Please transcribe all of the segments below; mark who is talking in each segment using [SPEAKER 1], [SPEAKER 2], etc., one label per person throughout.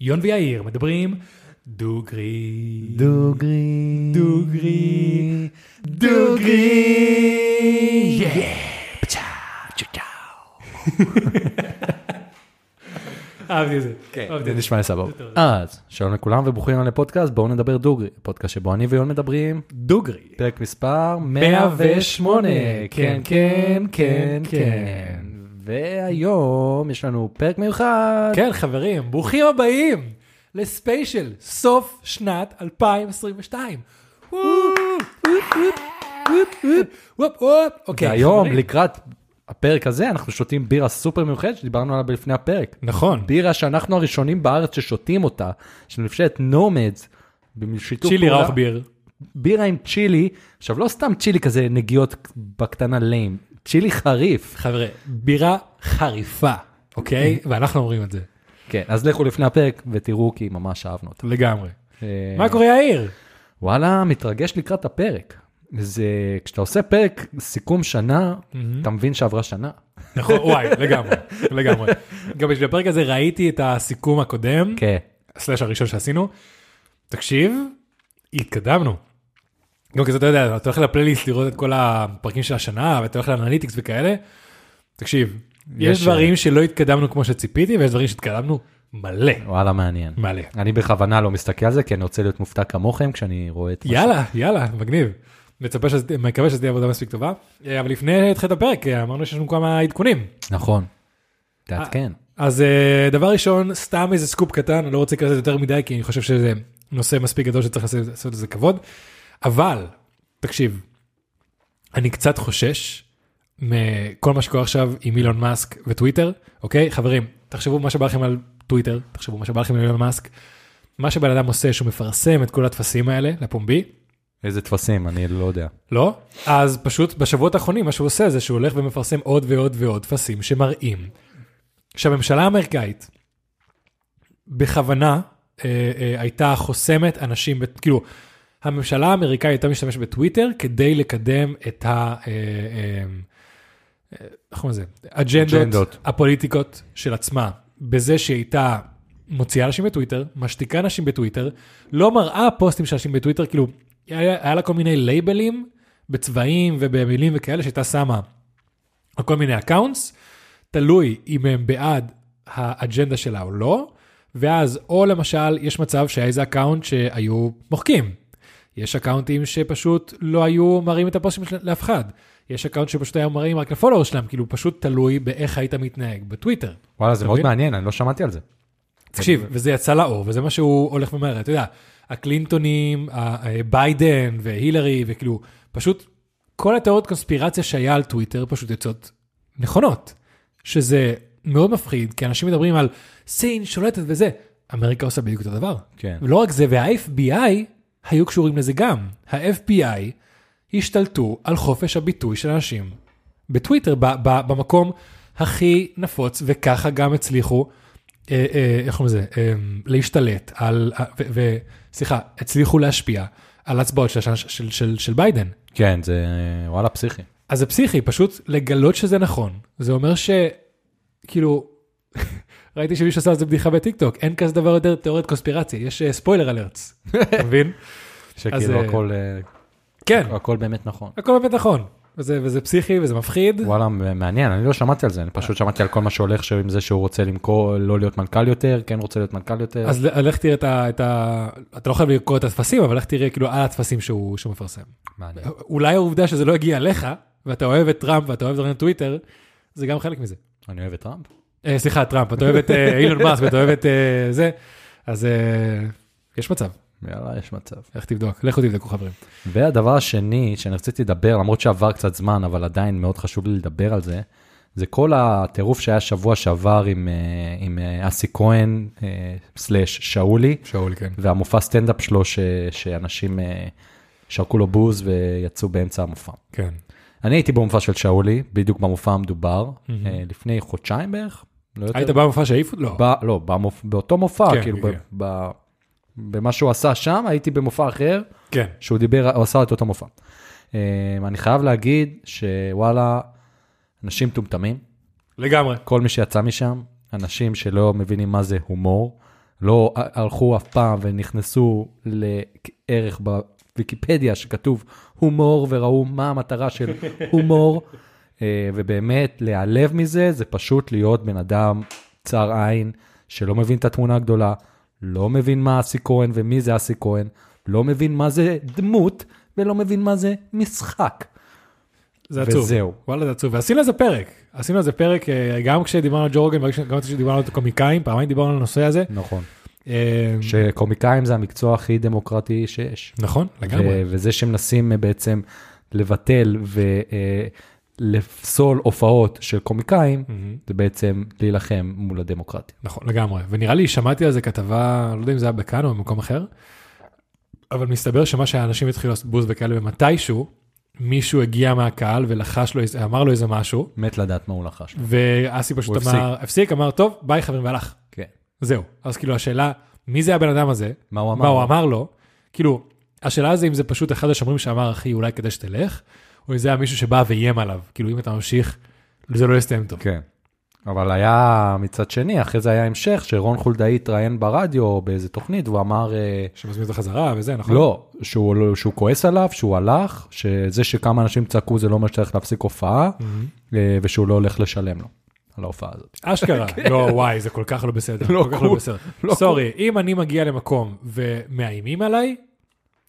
[SPEAKER 1] יון ויאיר מדברים דוגרי.
[SPEAKER 2] דוגרי.
[SPEAKER 1] דוגרי.
[SPEAKER 2] דוגרי.
[SPEAKER 1] יא, פצ'ה, צ'צ'או. אהבתי את זה.
[SPEAKER 2] כן,
[SPEAKER 1] אהבתי את
[SPEAKER 2] זה
[SPEAKER 1] אוקיי. זה.
[SPEAKER 2] נשמע לי סבבה. אז, שלום לכולם וברוכים היום לפודקאסט, בואו נדבר דוגרי. פודקאסט שבו אני ויון מדברים,
[SPEAKER 1] דוגרי.
[SPEAKER 2] פרק מספר
[SPEAKER 1] 108.
[SPEAKER 2] 108. כן, כן, כן, כן. והיום יש לנו פרק מיוחד.
[SPEAKER 1] כן, חברים, ברוכים הבאים לספיישל, סוף שנת 2022. וואו, וואו, וואו, וואו, וואו. אוקיי,
[SPEAKER 2] והיום,
[SPEAKER 1] חברים.
[SPEAKER 2] לקראת הפרק הזה, אנחנו שותים בירה סופר מיוחדת שדיברנו עליה לפני הפרק.
[SPEAKER 1] נכון.
[SPEAKER 2] בירה שאנחנו הראשונים בארץ ששותים אותה, שנפשט נומדס, בשיתוף
[SPEAKER 1] צ'ילי
[SPEAKER 2] פעולה-
[SPEAKER 1] ראוך ביר.
[SPEAKER 2] בירה עם צ'ילי, עכשיו לא סתם צ'ילי כזה נגיעות בקטנה ליים, צ'ילי חריף.
[SPEAKER 1] חבר'ה, בירה חריפה, אוקיי? ואנחנו אומרים את זה,
[SPEAKER 2] כן, אז לכו לפני הפרק ותראו כי ממש אהבנו אותה.
[SPEAKER 1] לגמרי.
[SPEAKER 2] אה,
[SPEAKER 1] מה קורה, יאיר?
[SPEAKER 2] וואלה, מתרגש לקראת הפרק. זה, כשאתה עושה פרק סיכום שנה, אתה מבין שעברה שנה.
[SPEAKER 1] נכון, וואי, לגמרי, לגמרי. גם בשביל הפרק הזה ראיתי את הסיכום הקודם,
[SPEAKER 2] כן.
[SPEAKER 1] סלאש הראשון שעשינו. תקשיב, התקדמנו. גם כזה, אתה יודע, אתה הולך לפלייליסט לראות את כל הפרקים של השנה, ואתה הולך לאנליטיקס וכאלה. תקשיב, יש
[SPEAKER 2] יש, אה,
[SPEAKER 1] דברים שלא התקדמנו כמו שציפיתי, ויש דברים שהתקדמנו מלא.
[SPEAKER 2] וואלה, מעניין.
[SPEAKER 1] מלא.
[SPEAKER 2] אני בכוונה לא מסתכל על זה, כי אני רוצה להיות מופתע כמוכם כשאני רואה את... מה ש-
[SPEAKER 1] יאללה, יאללה, מגניב. מצפה שזה, מקווה שזה יהיה עבודה מספיק טובה. אה, אבל לפני התחילת הפרק, אה, אמרנו שיש לנו כמה עדכונים.
[SPEAKER 2] נכון. כן. תעדכן.
[SPEAKER 1] אז אה, דבר ראשון, סתם איזה סקופ קטן, אני לא רוצה להיכנס לזה יותר מדי, כי אני חושב שזה נושא מספיק גדול שצריך לעשות- לעשות לזה כבוד. אבל, תקשיב, אני קצת חושש מכל מה שקורה עכשיו עם אילון מאסק וטוויטר, אוקיי? חברים, תחשבו מה שבא לכם על טוויטר, תחשבו מה שבא לכם על אילון מאסק. מה שבן אדם עושה, שהוא מפרסם את כל הטפסים האלה לפומבי,
[SPEAKER 2] איזה טפסים, אני לא יודע.
[SPEAKER 1] לא? אז פשוט בשבועות האחרונים מה שהוא עושה זה שהוא הולך ומפרסם עוד ועוד ועוד טפסים שמראים שהממשלה האמריקאית בכוונה אה, אה, הייתה חוסמת אנשים, בת- כאילו, הממשלה האמריקאית הייתה משתמשת בטוויטר כדי לקדם את ה... אה, אה, אה, איך קוראים לזה? אג'נדות
[SPEAKER 2] אג'נדות.
[SPEAKER 1] הפוליטיקות של עצמה, בזה שהיא הייתה מוציאה אנשים בטוויטר, משתיקה אנשים בטוויטר, לא מראה פוסטים של אנשים בטוויטר, כאילו, היה, היה לה כל מיני לייבלים בצבעים ובמילים וכאלה שהייתה שמה על כל מיני אקאונטס, תלוי אם הם בעד האג'נדה שלה או לא, ואז או למשל יש מצב שהיה איזה אקאונט שהיו מוחקים. יש אקאונטים שפשוט לא היו מראים את הפוסטים שלהם לאף אחד. יש אקאונט שפשוט היה מראים רק לפולוור שלהם, כאילו פשוט תלוי באיך היית מתנהג בטוויטר.
[SPEAKER 2] וואלה, זה
[SPEAKER 1] אתה
[SPEAKER 2] מאוד
[SPEAKER 1] מבין?
[SPEAKER 2] מעניין, אני לא שמעתי על זה.
[SPEAKER 1] תקשיב, וזה יצא לאור, וזה מה שהוא הולך ומראה, אתה יודע, הקלינטונים, ה- ה- ביידן והילרי, וכאילו, פשוט כל התיאוריות קונספירציה שהיה על טוויטר פשוט יוצאות נכונות, שזה מאוד מפחיד, כי אנשים מדברים על סין שולטת וזה, אמריקה עושה בדיוק אותו דבר.
[SPEAKER 2] כן.
[SPEAKER 1] ולא רק זה, וה-FBI היו קשורים לזה גם. ה-FBI השתלטו על חופש הביטוי של אנשים בטוויטר, ב- ב- במקום הכי נפוץ, וככה גם הצליחו, אה, אה, איך קוראים לזה, אה, להשתלט על, אה, ו- ו- סליחה, הצליחו להשפיע על הצבעות של, של, של, של ביידן.
[SPEAKER 2] כן, זה וואלה פסיכי.
[SPEAKER 1] אז זה פסיכי, פשוט לגלות שזה נכון. זה אומר ש... כאילו, ראיתי שמישהו עשה על זה בדיחה בטיקטוק, אין כזה דבר יותר תיאוריית קונספירציה, יש אה, ספוילר אלרטס, אתה מבין? אז,
[SPEAKER 2] שכאילו
[SPEAKER 1] אה,
[SPEAKER 2] הכל, אה,
[SPEAKER 1] כן,
[SPEAKER 2] הכל באמת נכון.
[SPEAKER 1] הכל באמת נכון. וזה, וזה פסיכי וזה מפחיד.
[SPEAKER 2] וואלה, מעניין, אני לא שמעתי על זה, אני פשוט שמעתי על כל מה שהולך עם זה שהוא רוצה למכור, לא להיות מנכ"ל יותר, כן רוצה להיות מנכ"ל יותר.
[SPEAKER 1] אז ל- לך תראה את ה... את ה... אתה לא חייב לקרוא את הטפסים, אבל לך תראה כאילו על הטפסים שהוא, שהוא מפרסם.
[SPEAKER 2] מעניין.
[SPEAKER 1] אולי העובדה שזה לא הגיע אליך, ואתה אוהב את טראמפ ואתה אוהב דברים בטוויטר, זה גם חלק מזה.
[SPEAKER 2] אני אוהב את טראמפ.
[SPEAKER 1] אה, סליחה, טראמפ, אתה אוהב את אה, אילון מאסק ואתה אוהב את אה, זה, אז אה, יש מצב,
[SPEAKER 2] יאללה, יש מצב.
[SPEAKER 1] לך תבדוק, לכו תבדקו חברים.
[SPEAKER 2] והדבר השני שאני רציתי לדבר, למרות שעבר קצת זמן, אבל עדיין מאוד חשוב לי לדבר על זה, זה כל הטירוף שהיה שבוע שעבר עם, אה, עם אה, אסי כהן, אה, סלאש שאולי,
[SPEAKER 1] שאול, כן.
[SPEAKER 2] והמופע סטנדאפ שלו ש, שאנשים אה, שרקו לו בוז ויצאו באמצע המופע.
[SPEAKER 1] כן.
[SPEAKER 2] אני הייתי במופע של שאולי, בדיוק במופע המדובר, אה, לפני חודשיים בערך. לא יותר.
[SPEAKER 1] היית במופע שהעיפו? לא.
[SPEAKER 2] ב... לא, במופ... באותו מופע,
[SPEAKER 1] כן,
[SPEAKER 2] כאילו,
[SPEAKER 1] כן.
[SPEAKER 2] ב... ב... במה שהוא עשה שם, הייתי במופע אחר,
[SPEAKER 1] כן.
[SPEAKER 2] שהוא דיבר, הוא עשה את אותו מופע. אה, אני חייב להגיד שוואלה, אנשים מטומטמים,
[SPEAKER 1] לגמרי.
[SPEAKER 2] כל מי שיצא משם, אנשים שלא מבינים מה זה הומור, לא הלכו אף פעם ונכנסו לערך בוויקיפדיה שכתוב הומור וראו מה המטרה של הומור, אה, ובאמת להיעלב מזה זה פשוט להיות בן אדם צר עין שלא מבין את התמונה הגדולה, לא מבין מה אסי כהן ומי זה אסי כהן, לא מבין מה זה דמות ולא מבין מה זה משחק.
[SPEAKER 1] זה עצוב.
[SPEAKER 2] וזהו.
[SPEAKER 1] וואלה, זה עצוב. ועשינו איזה פרק. עשינו איזה פרק, אה, גם כשדיברנו על ג'ורגן, גם כשדיברנו על קומיקאים, פעמיים דיברנו על הנושא הזה.
[SPEAKER 2] נכון.
[SPEAKER 1] אה,
[SPEAKER 2] שקומיקאים זה המקצוע הכי דמוקרטי שיש.
[SPEAKER 1] נכון, לגמרי.
[SPEAKER 2] ו- וזה שמנסים אה, בעצם לבטל ולפסול הופעות של קומיקאים,
[SPEAKER 1] מהמם.
[SPEAKER 2] זה בעצם להילחם מול הדמוקרטיה.
[SPEAKER 1] נכון, לגמרי. ונראה לי, שמעתי על זה כתבה, לא יודע אם זה היה בכאן או במקום אחר, אבל מסתבר שמה שהאנשים התחילו לעשות בוז וכאלה, ומתישהו מישהו הגיע מהקהל ולחש לו, איזה- אמר לו איזה משהו,
[SPEAKER 2] מת לדעת מה הוא לחש.
[SPEAKER 1] ואסי פשוט
[SPEAKER 2] הוא
[SPEAKER 1] אמר, הפסיק, אמר, טוב, ביי חברים, והלך.
[SPEAKER 2] כן.
[SPEAKER 1] זהו. אז כאילו השאלה, מי זה הבן אדם הזה?
[SPEAKER 2] מה הוא אמר?
[SPEAKER 1] מה הוא אמר לו? כאילו, השאלה זה אם זה פשוט אחד השומרים שאמר, אחי, אולי כדאי שתלך, או אם זה היה מישהו שבא ואיים עליו. כאילו, אם אתה ממשיך, זה לא יסתיים טוב.
[SPEAKER 2] כן. אבל היה מצד שני, אחרי זה היה המשך, שרון חולדאי התראיין ברדיו או באיזה תוכנית, והוא אמר, אה,
[SPEAKER 1] שמזמין אותו חזרה וזה, נכון?
[SPEAKER 2] לא, שהוא, לא- שהוא כועס עליו, שהוא הלך, שזה שכמה אנשים צעקו זה לא אומר שצריך להפסיק הופעה,
[SPEAKER 1] Mm-hmm.
[SPEAKER 2] אה, ושהוא לא הולך לשלם לו על ההופעה הזאת.
[SPEAKER 1] אשכרה. לא, וואי, זה כל כך לא בסדר.
[SPEAKER 2] כן. לא
[SPEAKER 1] כל כך
[SPEAKER 2] קול,
[SPEAKER 1] לא בסדר.
[SPEAKER 2] לא
[SPEAKER 1] סורי, אם אני מגיע למקום ומאיימים עליי,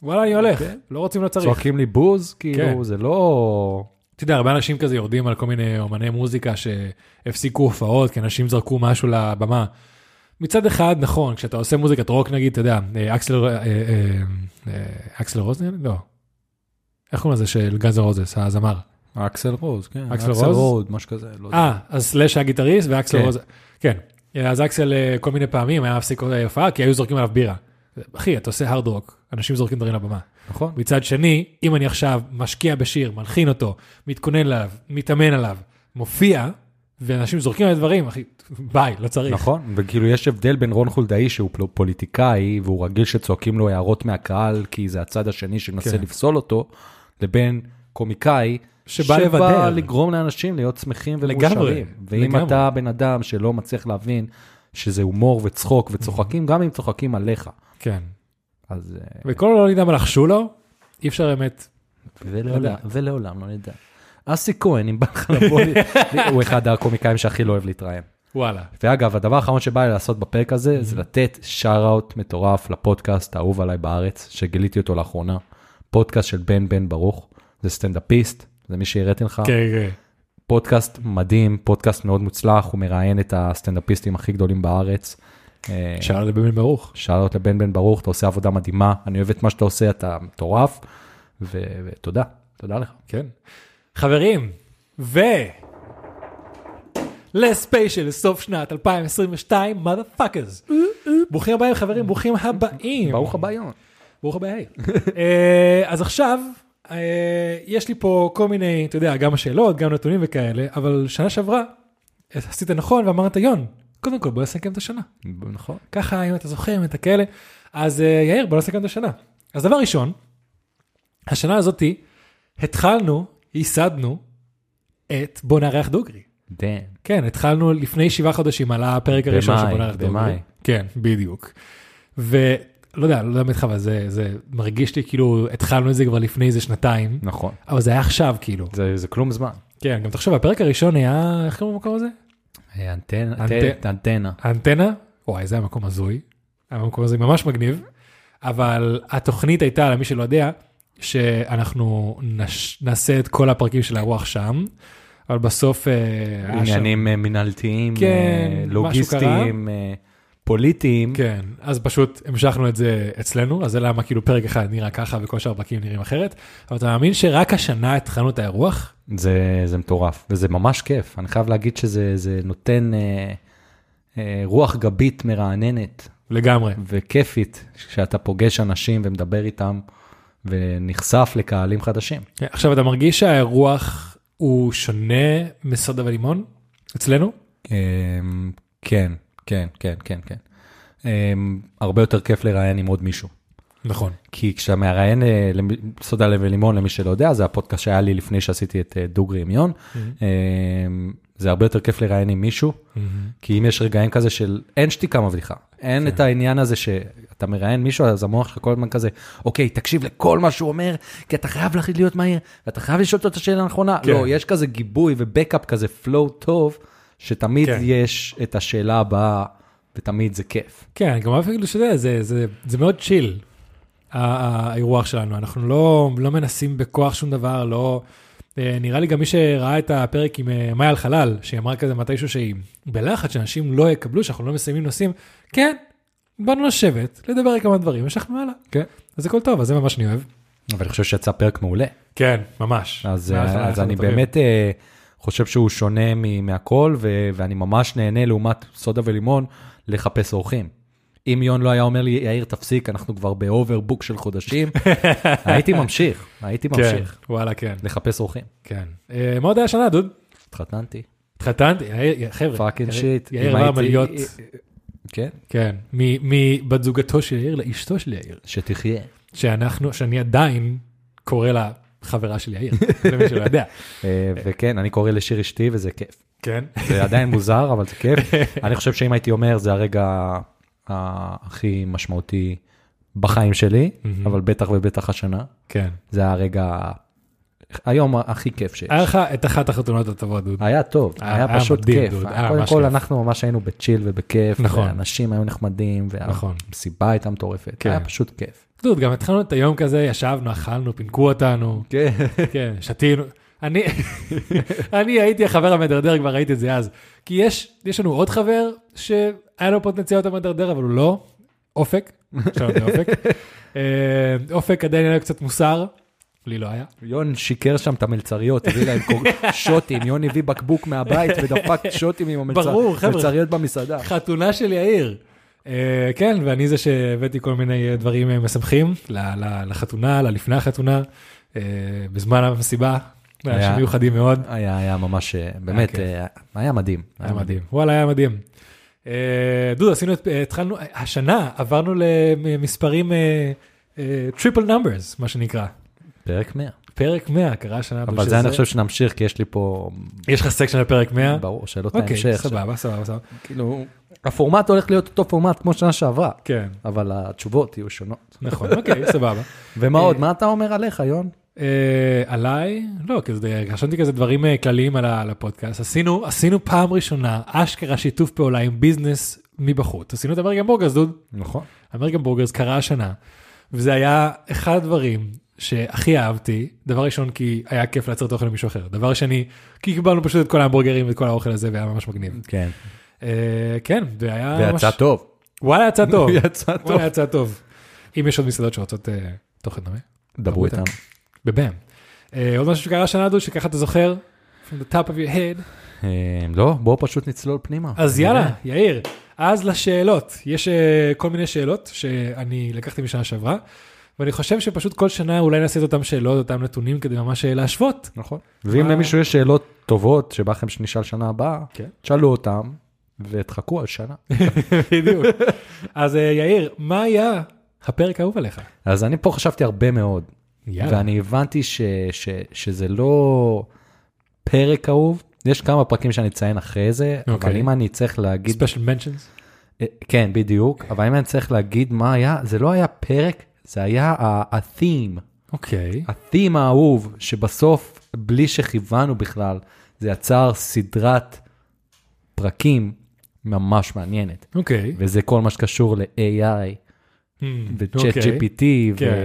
[SPEAKER 1] וואלה, אני הולך.
[SPEAKER 2] אוקיי.
[SPEAKER 1] לא רוצים, לא צריך.
[SPEAKER 2] צועקים לי בוז, כאילו,
[SPEAKER 1] כן.
[SPEAKER 2] זה לא...
[SPEAKER 1] אתה יודע, הרבה אנשים כזה יורדים על כל מיני אומני מוזיקה שהפסיקו הופעות, כי אנשים זרקו משהו לבמה. מצד אחד, נכון, כשאתה עושה מוזיקת רוק, נגיד, אתה יודע, אה, אקסל, אה, אה, אה, אקסל רוזנר? לא. איך קוראים לזה של גנז רוזס, הזמר?
[SPEAKER 2] אקסל רוז, כן.
[SPEAKER 1] אקסל רוז?
[SPEAKER 2] משהו כזה, לא יודע.
[SPEAKER 1] אה, אז סלאש היה גיטריסט ואקסל
[SPEAKER 2] כן.
[SPEAKER 1] רוזס. כן. אה, אז אקסל אה, כל מיני פעמים היה מפסיק אה, הופעה, כי היו זורקים עליו בירה. אחי, אתה עושה הארד רוק, אנשים זורקים דברים לבמה.
[SPEAKER 2] נכון.
[SPEAKER 1] מצד שני, אם אני עכשיו משקיע בשיר, מלחין אותו, מתכונן עליו, מתאמן עליו, מופיע, ואנשים זורקים על דברים, אחי, ביי, לא צריך.
[SPEAKER 2] נכון, וכאילו יש הבדל בין רון חולדאי שהוא פל- פוליטיקאי והוא רגיל שצועקים לו הערות מהקהל כי זה הצד השני שמנסה
[SPEAKER 1] כן.
[SPEAKER 2] לפסול אותו, לבין קומיקאי
[SPEAKER 1] שבא לבדר.
[SPEAKER 2] לגרום לאנשים להיות שמחים
[SPEAKER 1] לגמרי,
[SPEAKER 2] ומאושרים. ואם
[SPEAKER 1] לגמרי.
[SPEAKER 2] אתה בן אדם שלא מצליח להבין שזה הומור וצחוק וצוחקים, גם אם צוחקים עליך,
[SPEAKER 1] כן.
[SPEAKER 2] אז... אה,
[SPEAKER 1] וכל עוד לא נדע מה לחשו לו, אי אפשר באמת.
[SPEAKER 2] ולעולם, ולעולם לא נדע. אסי כהן, אם בא לך לבוא, לי- הוא אחד הקומיקאים שהכי לא אוהב להתראיין.
[SPEAKER 1] וואלה.
[SPEAKER 2] ואגב, הדבר האחרון שבא לי לעשות בפרק הזה, זה לתת שאר-אוט מטורף לפודקאסט האהוב עליי בארץ, שגיליתי אותו לאחרונה. פודקאסט של בן בן ברוך, זה סטנדאפיסט, זה מי שהראיתי לך.
[SPEAKER 1] כן, כן.
[SPEAKER 2] פודקאסט מדהים, פודקאסט מאוד מוצלח, הוא מראיין את הסטנדאפיסטים הכי גדולים בארץ. אה,
[SPEAKER 1] שאלה לבן ברוך.
[SPEAKER 2] שאלות לבן בן ברוך, אתה עושה עבודה מדהימה, אני אוהב את מה שאתה עושה, אתה מטורף, ו- ותודה, תודה לך.
[SPEAKER 1] כן. חברים, ו... לספיישל סוף שנת 2022, מודפאקרס. ברוכים הבאים חברים, ברוכים הבאים.
[SPEAKER 2] ברוך הבא יון.
[SPEAKER 1] ברוך הבא. היי. אה, אז עכשיו, אה, יש לי פה כל מיני, אתה יודע, גם השאלות, גם נתונים וכאלה, אבל שנה שעברה, עשית נכון ואמרת, יון, קודם כל בוא נסכם את השנה.
[SPEAKER 2] נכון.
[SPEAKER 1] ככה, אם אתה זוכר, אם אתה כאלה. אז אה, יאיר, בוא נסכם את השנה. אז דבר ראשון, השנה הזאתי, התחלנו, ייסדנו את בוא נארח דוגרי.
[SPEAKER 2] דן.
[SPEAKER 1] כן, התחלנו לפני שבעה חודשים על הפרק הראשון של
[SPEAKER 2] במאי,
[SPEAKER 1] בוא נארח דוגרי.
[SPEAKER 2] במאי.
[SPEAKER 1] כן, בדיוק. ולא יודע, לא יודע מה איתך, אבל זה, זה מרגיש לי כאילו התחלנו את זה כבר לפני איזה שנתיים,
[SPEAKER 2] נכון.
[SPEAKER 1] אבל זה היה עכשיו כאילו.
[SPEAKER 2] זה זה כלום זמן.
[SPEAKER 1] כן, גם תחשוב, הפרק הראשון היה, איך קוראים למקום הזה?
[SPEAKER 2] אה, אנטנה,
[SPEAKER 1] אנט-
[SPEAKER 2] אנטנה.
[SPEAKER 1] האנטנה, וואי, זה היה מקום הזוי. המקום הזה ממש מגניב, אבל התוכנית הייתה, למי שלא יודע, שאנחנו נש... נעשה את כל הפרקים של הרוח שם, אבל בסוף... אה, היה שם-
[SPEAKER 2] עניינים אה, מנהלתיים,
[SPEAKER 1] כן,
[SPEAKER 2] אה,
[SPEAKER 1] משהו
[SPEAKER 2] לוגיסטיים, אה, פוליטיים.
[SPEAKER 1] כן, אז פשוט המשכנו את זה אצלנו, אז זה למה כאילו פרק אחד נראה ככה וכל שאר הפרקים נראים אחרת, אבל אתה מאמין שרק השנה התחלנו את האירוח?
[SPEAKER 2] זה זה מטורף, וזה ממש כיף. אני חייב להגיד שזה זה נותן אה, אה, רוח גבית מרעננת
[SPEAKER 1] לגמרי.
[SPEAKER 2] וכיפית, כשאתה פוגש אנשים ומדבר איתם, ונחשף לקהלים חדשים.
[SPEAKER 1] כן, עכשיו, אתה מרגיש שהאירוח הוא שונה מסודה ולימון אצלנו? אה,
[SPEAKER 2] אמ, כן, כן, כן, כן, כן. אמ, הרבה יותר כיף לראיין עם עוד מישהו.
[SPEAKER 1] נכון.
[SPEAKER 2] כי כשאתה מראיין אה, למי- סודה Mm-hmm. לב ולימון, למי שלא יודע, זה הפודקאסט שהיה לי לפני שעשיתי את אה, דוגרי עם יון. אמ, זה הרבה יותר כיף לראיין עם מישהו, כי אם יש רגעים כזה של אין שתיקה מבליחה, אין את העניין הזה שאתה מראיין מישהו, אז המוח שלך כל הזמן כזה, אוקיי, תקשיב לכל מה שהוא אומר, כי אתה חייב להחליט להיות מהיר, ואתה חייב לשאול אותו את השאלה הנכונה.
[SPEAKER 1] כן.
[SPEAKER 2] לא, יש כזה גיבוי ובקאפ כזה flow טוב, שתמיד
[SPEAKER 1] כן.
[SPEAKER 2] יש את השאלה הבאה, ותמיד זה כיף.
[SPEAKER 1] כן, אני גם אוהב כאילו שזה, זה, זה, זה מאוד צ'יל, ה- ה- האירוח שלנו. אנחנו לא, לא מנסים בכוח שום דבר, לא... אה, נראה לי גם מי שראה את הפרק עם אה, מאיה אלחלל, שהיא אמרה כזה מתישהו שהיא בלחץ שאנשים לא יקבלו, שאנחנו לא מסיימים נושאים, כן, באנו לשבת, לדבר על כמה דברים, המשכנו הלאה.
[SPEAKER 2] כן.
[SPEAKER 1] אז זה הכל טוב, אז זה ממש אני אוהב.
[SPEAKER 2] אבל אני חושב שיצא פרק מעולה.
[SPEAKER 1] כן, ממש.
[SPEAKER 2] אז, אה,
[SPEAKER 1] מאיה אלחלל,
[SPEAKER 2] אז
[SPEAKER 1] אחד
[SPEAKER 2] אני
[SPEAKER 1] הטובים.
[SPEAKER 2] באמת אה, חושב שהוא שונה מ- מהכל, ו- ואני ממש נהנה לעומת סודה ולימון לחפש אורחים. אם יון לא היה אומר לי, יאיר, תפסיק, אנחנו כבר באוברבוק של חודשים, הייתי ממשיך, הייתי
[SPEAKER 1] כן,
[SPEAKER 2] ממשיך
[SPEAKER 1] וואלה, כן,
[SPEAKER 2] לחפש אורחים.
[SPEAKER 1] כן. אה, מה עוד היה השנה, דוד?
[SPEAKER 2] התחתנתי,
[SPEAKER 1] התחתנתי, יאיר- חבר'ה.
[SPEAKER 2] פאקינג
[SPEAKER 1] יאיר-
[SPEAKER 2] שיט.
[SPEAKER 1] יאיר
[SPEAKER 2] אם
[SPEAKER 1] בא
[SPEAKER 2] הייתי-
[SPEAKER 1] מלהיות,
[SPEAKER 2] כן,
[SPEAKER 1] כן, מ- מבת זוגתו של יאיר לאשתו של יאיר,
[SPEAKER 2] שתחיה. אה,
[SPEAKER 1] שאנחנו, שאני עדיין קורא לה חברה של יאיר, למי שלא יודע.
[SPEAKER 2] אה, וכן, אני קורא לשיר אשתי וזה כיף.
[SPEAKER 1] כן.
[SPEAKER 2] זה עדיין מוזר, אבל זה כיף. אני חושב שאם הייתי אומר, זה הרגע ה- הכי משמעותי בחיים שלי,
[SPEAKER 1] מהמם.
[SPEAKER 2] אבל בטח ובטח השנה.
[SPEAKER 1] כן.
[SPEAKER 2] זה הרגע, היום הכי כיף שיש.
[SPEAKER 1] היה לך את אחת החתונות הטובות, דוד.
[SPEAKER 2] היה טוב,
[SPEAKER 1] היה-
[SPEAKER 2] היה
[SPEAKER 1] היה
[SPEAKER 2] פשוט
[SPEAKER 1] אה, מדהים,
[SPEAKER 2] כיף.
[SPEAKER 1] דוד, היה
[SPEAKER 2] קודם
[SPEAKER 1] ממש
[SPEAKER 2] כל,
[SPEAKER 1] כיף.
[SPEAKER 2] אנחנו ממש היינו בצ'יל ובכיף,
[SPEAKER 1] נכון.
[SPEAKER 2] ואנשים היו נחמדים,
[SPEAKER 1] נכון.
[SPEAKER 2] והמסיבה הייתה מטורפת,
[SPEAKER 1] כן.
[SPEAKER 2] היה פשוט כיף.
[SPEAKER 1] דוד, גם התחלנו את היום כזה, ישבנו, אכלנו, פינקו אותנו,
[SPEAKER 2] כן.
[SPEAKER 1] כן, שתינו. אני, אני הייתי החבר המדרדר, כבר ראיתי את זה אז. כי יש, יש לנו עוד חבר שהיה לו פוטנציאל להיות המדרדר, אבל הוא לא. אופק, שלום לאופק. אה, אופק עדיין היה לו קצת מוסר, לי לא היה.
[SPEAKER 2] יון שיקר שם את המלצריות, הביא להם קור- שוטים, יון הביא בקבוק מהבית ודפק שוטים עם
[SPEAKER 1] ברור, חבר'ה.
[SPEAKER 2] המלצריות במסעדה.
[SPEAKER 1] חתונה של יאיר. אה, כן, ואני זה שהבאתי כל מיני אה, דברים אה, משמחים ל- ל- לחתונה, ללפני החתונה, אה, בזמן המסיבה, אנשים
[SPEAKER 2] היה-
[SPEAKER 1] מיוחדים מאוד.
[SPEAKER 2] היה, היה ממש, אה, באמת,
[SPEAKER 1] כיף.
[SPEAKER 2] אה, היה מדהים.
[SPEAKER 1] היה מדהים, וואלה היה מדהים. אה, דודו עשינו את, אה, התחלנו, השנה עברנו למספרים אה, טריפל נאמברס, מה שנקרא.
[SPEAKER 2] פרק 100.
[SPEAKER 1] פרק 100 קרה השנה. דודו,
[SPEAKER 2] אבל זה אני חושב שנמשיך, כי יש לי פה,
[SPEAKER 1] יש לך סקשן לפרק 100?
[SPEAKER 2] ברור, שאלות
[SPEAKER 1] אוקיי,
[SPEAKER 2] ההמשך.
[SPEAKER 1] סבבה, סבבה, סבבה.
[SPEAKER 2] כאילו, הפורמט הולך להיות אותו פורמט כמו שנה שעברה,
[SPEAKER 1] כן,
[SPEAKER 2] אבל התשובות יהיו שונות.
[SPEAKER 1] נכון, אוקיי, סבבה.
[SPEAKER 2] ומה עוד, מה אתה אומר עליך, יון?
[SPEAKER 1] אה, עליי? לא, כזה, רשמתי כזה דברים אה, כלליים על ה- על הפודקאסט. עשינו, עשינו פעם ראשונה, אשכרה שיתוף פעולה עם ביזנס מבחוץ. עשינו את אמריקן בורגרס, דוד.
[SPEAKER 2] נכון.
[SPEAKER 1] אמריקן בורגרס קרה השנה, וזה היה אחד הדברים שהכי אהבתי, דבר ראשון כי היה כיף לייצר את האוכל למישהו אחר, דבר שני כי קיבלנו פשוט את כל ההמבורגרים ואת כל האוכל הזה והיה ממש מגניב.
[SPEAKER 2] כן.
[SPEAKER 1] אה, כן, זה היה ממש...
[SPEAKER 2] ויצא טוב.
[SPEAKER 1] וואלה יצא טוב,
[SPEAKER 2] יצא טוב.
[SPEAKER 1] וואלה יצא טוב. אם יש עוד מסעדות שרוצות אה, תוכן דומה,
[SPEAKER 2] דברו איתנו.
[SPEAKER 1] בבאם. אה, עוד משהו שקרה השנה דוד שככה אתה זוכר, from the top of your head,
[SPEAKER 2] אה, לא, בואו פשוט נצלול פנימה.
[SPEAKER 1] אז יאללה, יאיר, אז לשאלות. יש אה, כל מיני שאלות שאני לקחתי משנה שעברה, ואני חושב שפשוט כל שנה אולי נעשה את אותם שאלות, אותם נתונים, כדי ממש אה, להשוות.
[SPEAKER 2] נכון. ואם
[SPEAKER 1] מה-
[SPEAKER 2] למישהו יש שאלות טובות שבא לכם שנשאל שנה הבאה,
[SPEAKER 1] כן.
[SPEAKER 2] תשאלו אותם ותחכו על שנה.
[SPEAKER 1] בדיוק. אז אה, יאיר, מה היה הפרק האהוב עליך?
[SPEAKER 2] אז אני פה חשבתי הרבה מאוד,
[SPEAKER 1] יאללה.
[SPEAKER 2] ואני הבנתי ש- ש- שזה לא פרק אהוב. יש כמה פרקים שאני אציין אחרי זה, אבל
[SPEAKER 1] אוקיי.
[SPEAKER 2] אם אני צריך להגיד
[SPEAKER 1] ספיישל מנשנס?
[SPEAKER 2] אה, כן, בדיוק, אבל אם אני צריך להגיד מה היה, זה לא היה פרק, זה היה ה-theme,
[SPEAKER 1] אוקיי.
[SPEAKER 2] ה-theme האהוב, שבסוף, בלי שכיוונו בכלל, זה יצר סדרת פרקים ממש מעניינת.
[SPEAKER 1] אוקיי.
[SPEAKER 2] וזה כל מה שקשור ל-AI, ו-Chat
[SPEAKER 1] אוקיי.
[SPEAKER 2] GPT,
[SPEAKER 1] כן.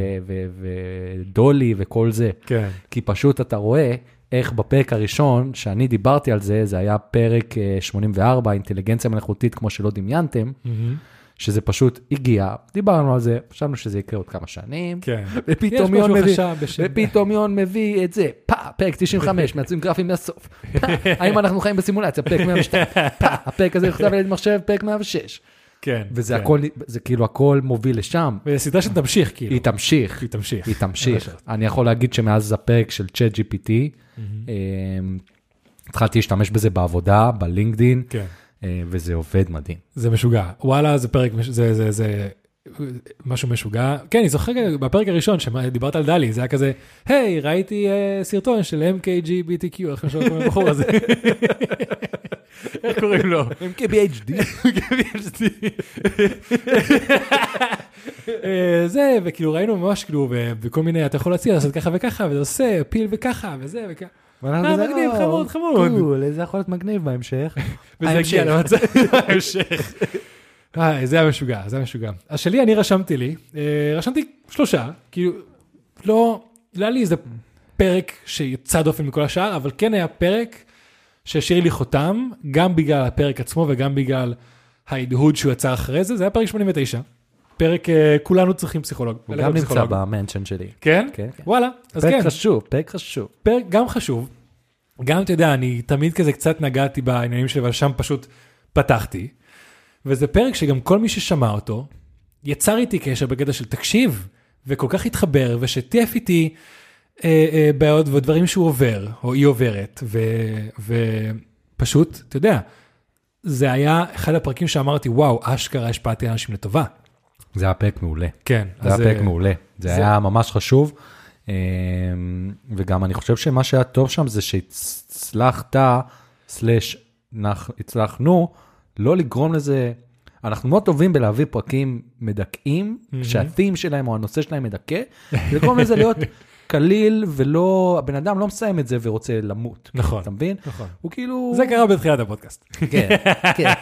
[SPEAKER 2] ודולי וכל זה.
[SPEAKER 1] כן.
[SPEAKER 2] כי פשוט אתה רואה איך בפרק הראשון, שאני דיברתי על זה, זה היה פרק אה, 84, אינטליגנציה מלאכותית כמו שלא דמיינתם.
[SPEAKER 1] מהמם.
[SPEAKER 2] שזה פשוט הגיע, דיברנו על זה, חשבנו שזה יקרה עוד כמה שנים,
[SPEAKER 1] כן. יש
[SPEAKER 2] ופתאום
[SPEAKER 1] משהו
[SPEAKER 2] יון מביא,
[SPEAKER 1] חשב בשם-
[SPEAKER 2] ופתאום יון מביא את זה, פא, פרק 95, מעצבים גרפים מהסוף, פא, האם אנחנו חיים בסימולציה, פרק 102, פא, הפרק הזה נכתב על ידי מחשב, פרק 106,
[SPEAKER 1] כן.
[SPEAKER 2] וזה
[SPEAKER 1] כן.
[SPEAKER 2] הכל, זה כאילו הכל מוביל לשם,
[SPEAKER 1] וזה סדרה שתמשיך, כאילו.
[SPEAKER 2] היא תמשיך,
[SPEAKER 1] היא תמשיך.
[SPEAKER 2] היא תמשיך. אני יכול להגיד שמאז הפרק של צ'אט GPT, אמ, התחלתי להשתמש בזה בעבודה, בלינקדין,
[SPEAKER 1] כן.
[SPEAKER 2] אה, וזה עובד מדהים.
[SPEAKER 1] זה משוגע. וואלה, זה פרק, מש- זה, זה, זה משהו משוגע. כן, אני זוכר בפרק הראשון שדיברת על דלי, זה היה כזה, היי, ראיתי אה, סרטון של MKGBTQ, איך משהו קוראים לבחור הזה. איך קוראים לו?
[SPEAKER 2] MKBHD.
[SPEAKER 1] אה, זה, וכאילו ראינו ממש כאילו ב- בכל מיני, אתה יכול להציע לעשות ככה וככה, וזה עושה פיל וככה, וזה וככה.
[SPEAKER 2] ואנחנו
[SPEAKER 1] אה,
[SPEAKER 2] כזה,
[SPEAKER 1] מגניב,
[SPEAKER 2] "או,
[SPEAKER 1] חמוד, חמוד."
[SPEAKER 2] קול, זה יכול להיות מגניב בהמשך.
[SPEAKER 1] וזה הגיע למצב ההמשך. אה, זה היה משוגע, זה היה משוגע. אז שלי, אני רשמתי לי, אה, רשמתי שלושה, כאילו, לא, לא היה לי איזה פרק שיצא דופן מכל השאר, אבל כן היה פרק שהשאיר לי חותם, גם בגלל הפרק עצמו וגם בגלל ההדהוד שהוא יצא אחרי זה, זה היה פרק 89. פרק אה, כולנו צריכים פסיכולוג.
[SPEAKER 2] הוא
[SPEAKER 1] אלא
[SPEAKER 2] גם נמצא
[SPEAKER 1] לא פסיכולוג.
[SPEAKER 2] במנשן שלי.
[SPEAKER 1] כן?
[SPEAKER 2] כן, כן.
[SPEAKER 1] וואלה, אז כן.
[SPEAKER 2] פרק חשוב, פרק חשוב.
[SPEAKER 1] פרק גם חשוב, גם אתה יודע, אני תמיד כזה קצת נגעתי בעניינים שלי, אבל שם פשוט פתחתי. וזה פרק שגם כל מי ששמע אותו, יצר איתי קשר בקטע של תקשיב, וכל כך התחבר, ושטיף איתי אה, אה, בעיות ודברים שהוא עובר, או היא עוברת, ו, ופשוט, אתה יודע, זה היה אחד הפרקים שאמרתי, וואו, אשכרה השפעתי על אנשים לטובה.
[SPEAKER 2] זה היה פרק מעולה.
[SPEAKER 1] כן,
[SPEAKER 2] זה
[SPEAKER 1] אז,
[SPEAKER 2] היה פרק
[SPEAKER 1] אה,
[SPEAKER 2] מעולה, זה
[SPEAKER 1] זה-
[SPEAKER 2] היה ממש חשוב. אמ, וגם אני חושב שמה שהיה טוב שם זה שהצלחת, סלאש, נח- הצלחנו, לא לגרום לזה, אנחנו מאוד טובים בלהביא פרקים מדכאים, שהתים שלהם או הנושא שלהם מדכא, לגרום לזה להיות קליל ולא, הבן אדם לא מסיים את זה ורוצה למות.
[SPEAKER 1] נכון.
[SPEAKER 2] אתה מבין?
[SPEAKER 1] נכון.
[SPEAKER 2] הוא כאילו...
[SPEAKER 1] זה קרה בתחילת הפודקאסט.
[SPEAKER 2] כן, כן,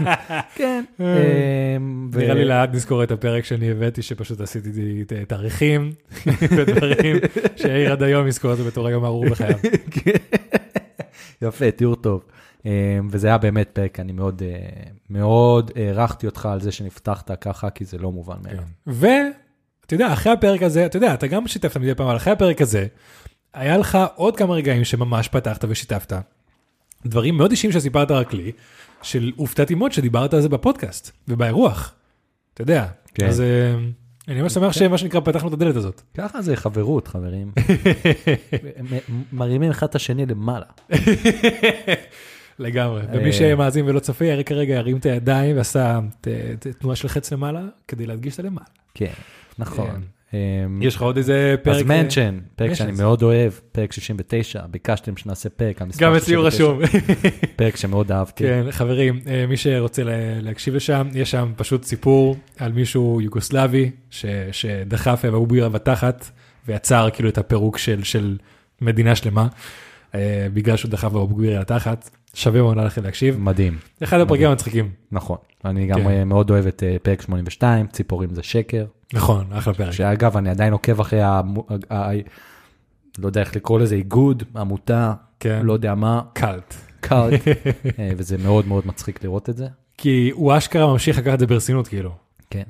[SPEAKER 2] כן. אמ, ו-
[SPEAKER 1] אה, נראה לי לעד נזכור את הפרק שאני הבאתי, שפשוט עשיתי את- את תאריכים ודברים, שיאיר עד היום יזכור את זה בתור היום הארור בחייו.
[SPEAKER 2] יפה, תיאור טוב. אה, וזה היה באמת פרק, אני מאוד אה, מאוד הערכתי אותך על זה שנפתחת ככה, כי זה לא
[SPEAKER 1] כן.
[SPEAKER 2] מובן מאליו.
[SPEAKER 1] ואתה יודע, אחרי הפרק הזה, אתה יודע, אתה גם שיתפת מדי פעם, אבל אחרי הפרק הזה, היה לך עוד כמה רגעים שממש פתחת ושיתפת. דברים מאוד אישיים שסיפרת רק לי, של הופתעתי מאוד שדיברת על זה בפודקאסט ובאירוח. אתה יודע,
[SPEAKER 2] כן.
[SPEAKER 1] אז אה, אני ממש שמח שמה שנקרא פתחנו את הדלת הזאת.
[SPEAKER 2] ככה זה חברות, חברים. מ- מרימים אחד את השני למעלה.
[SPEAKER 1] לגמרי,
[SPEAKER 2] אה,
[SPEAKER 1] ומי שמאזין ולא צופה, יראה כרגע הרים את הידיים ועשה ת- ת- תנועה של חץ למעלה, כדי להדגיש את הלמעלה.
[SPEAKER 2] כן, נכון. אה,
[SPEAKER 1] כן. יש לך עוד איזה פרק? אה,
[SPEAKER 2] אז מנצ'ן, פרק
[SPEAKER 1] Mansion,
[SPEAKER 2] שאני
[SPEAKER 1] זה-
[SPEAKER 2] מאוד אוהב, פרק 69, ביקשתם שנעשה פרק על מספר 69.
[SPEAKER 1] גם אצלי הוא רשום.
[SPEAKER 2] פרק שמאוד אהבתי.
[SPEAKER 1] כן, חברים, אה, מי שרוצה לה- להקשיב לשם, יש שם פשוט סיפור על מישהו יוגוסלבי ש- שדחף והוא בירה בתחת, ויצר כאילו את הפירוק של- של מדינה שלמה, אה, בגלל שהוא דחף והוא בירה לתחת. שווה מאוד לכם להקשיב.
[SPEAKER 2] מדהים.
[SPEAKER 1] אחד הפרקים המצחיקים.
[SPEAKER 2] נכון, אני גם
[SPEAKER 1] כן.
[SPEAKER 2] אה, מאוד אוהב את אה, פרק 82, ציפורים זה שקר,
[SPEAKER 1] נכון, אחלה פרק.
[SPEAKER 2] אוקיי. שאגב, אני עדיין עוקב אחרי ה... ה- ה- לא יודע איך לקרוא לזה, איגוד, עמותה,
[SPEAKER 1] כן.
[SPEAKER 2] לא יודע מה,
[SPEAKER 1] קאלט.
[SPEAKER 2] קארט, וזה מאוד מאוד מצחיק לראות את זה.
[SPEAKER 1] כי הוא אשכרה ממשיך לקחת את זה ברצינות, כאילו.
[SPEAKER 2] כן.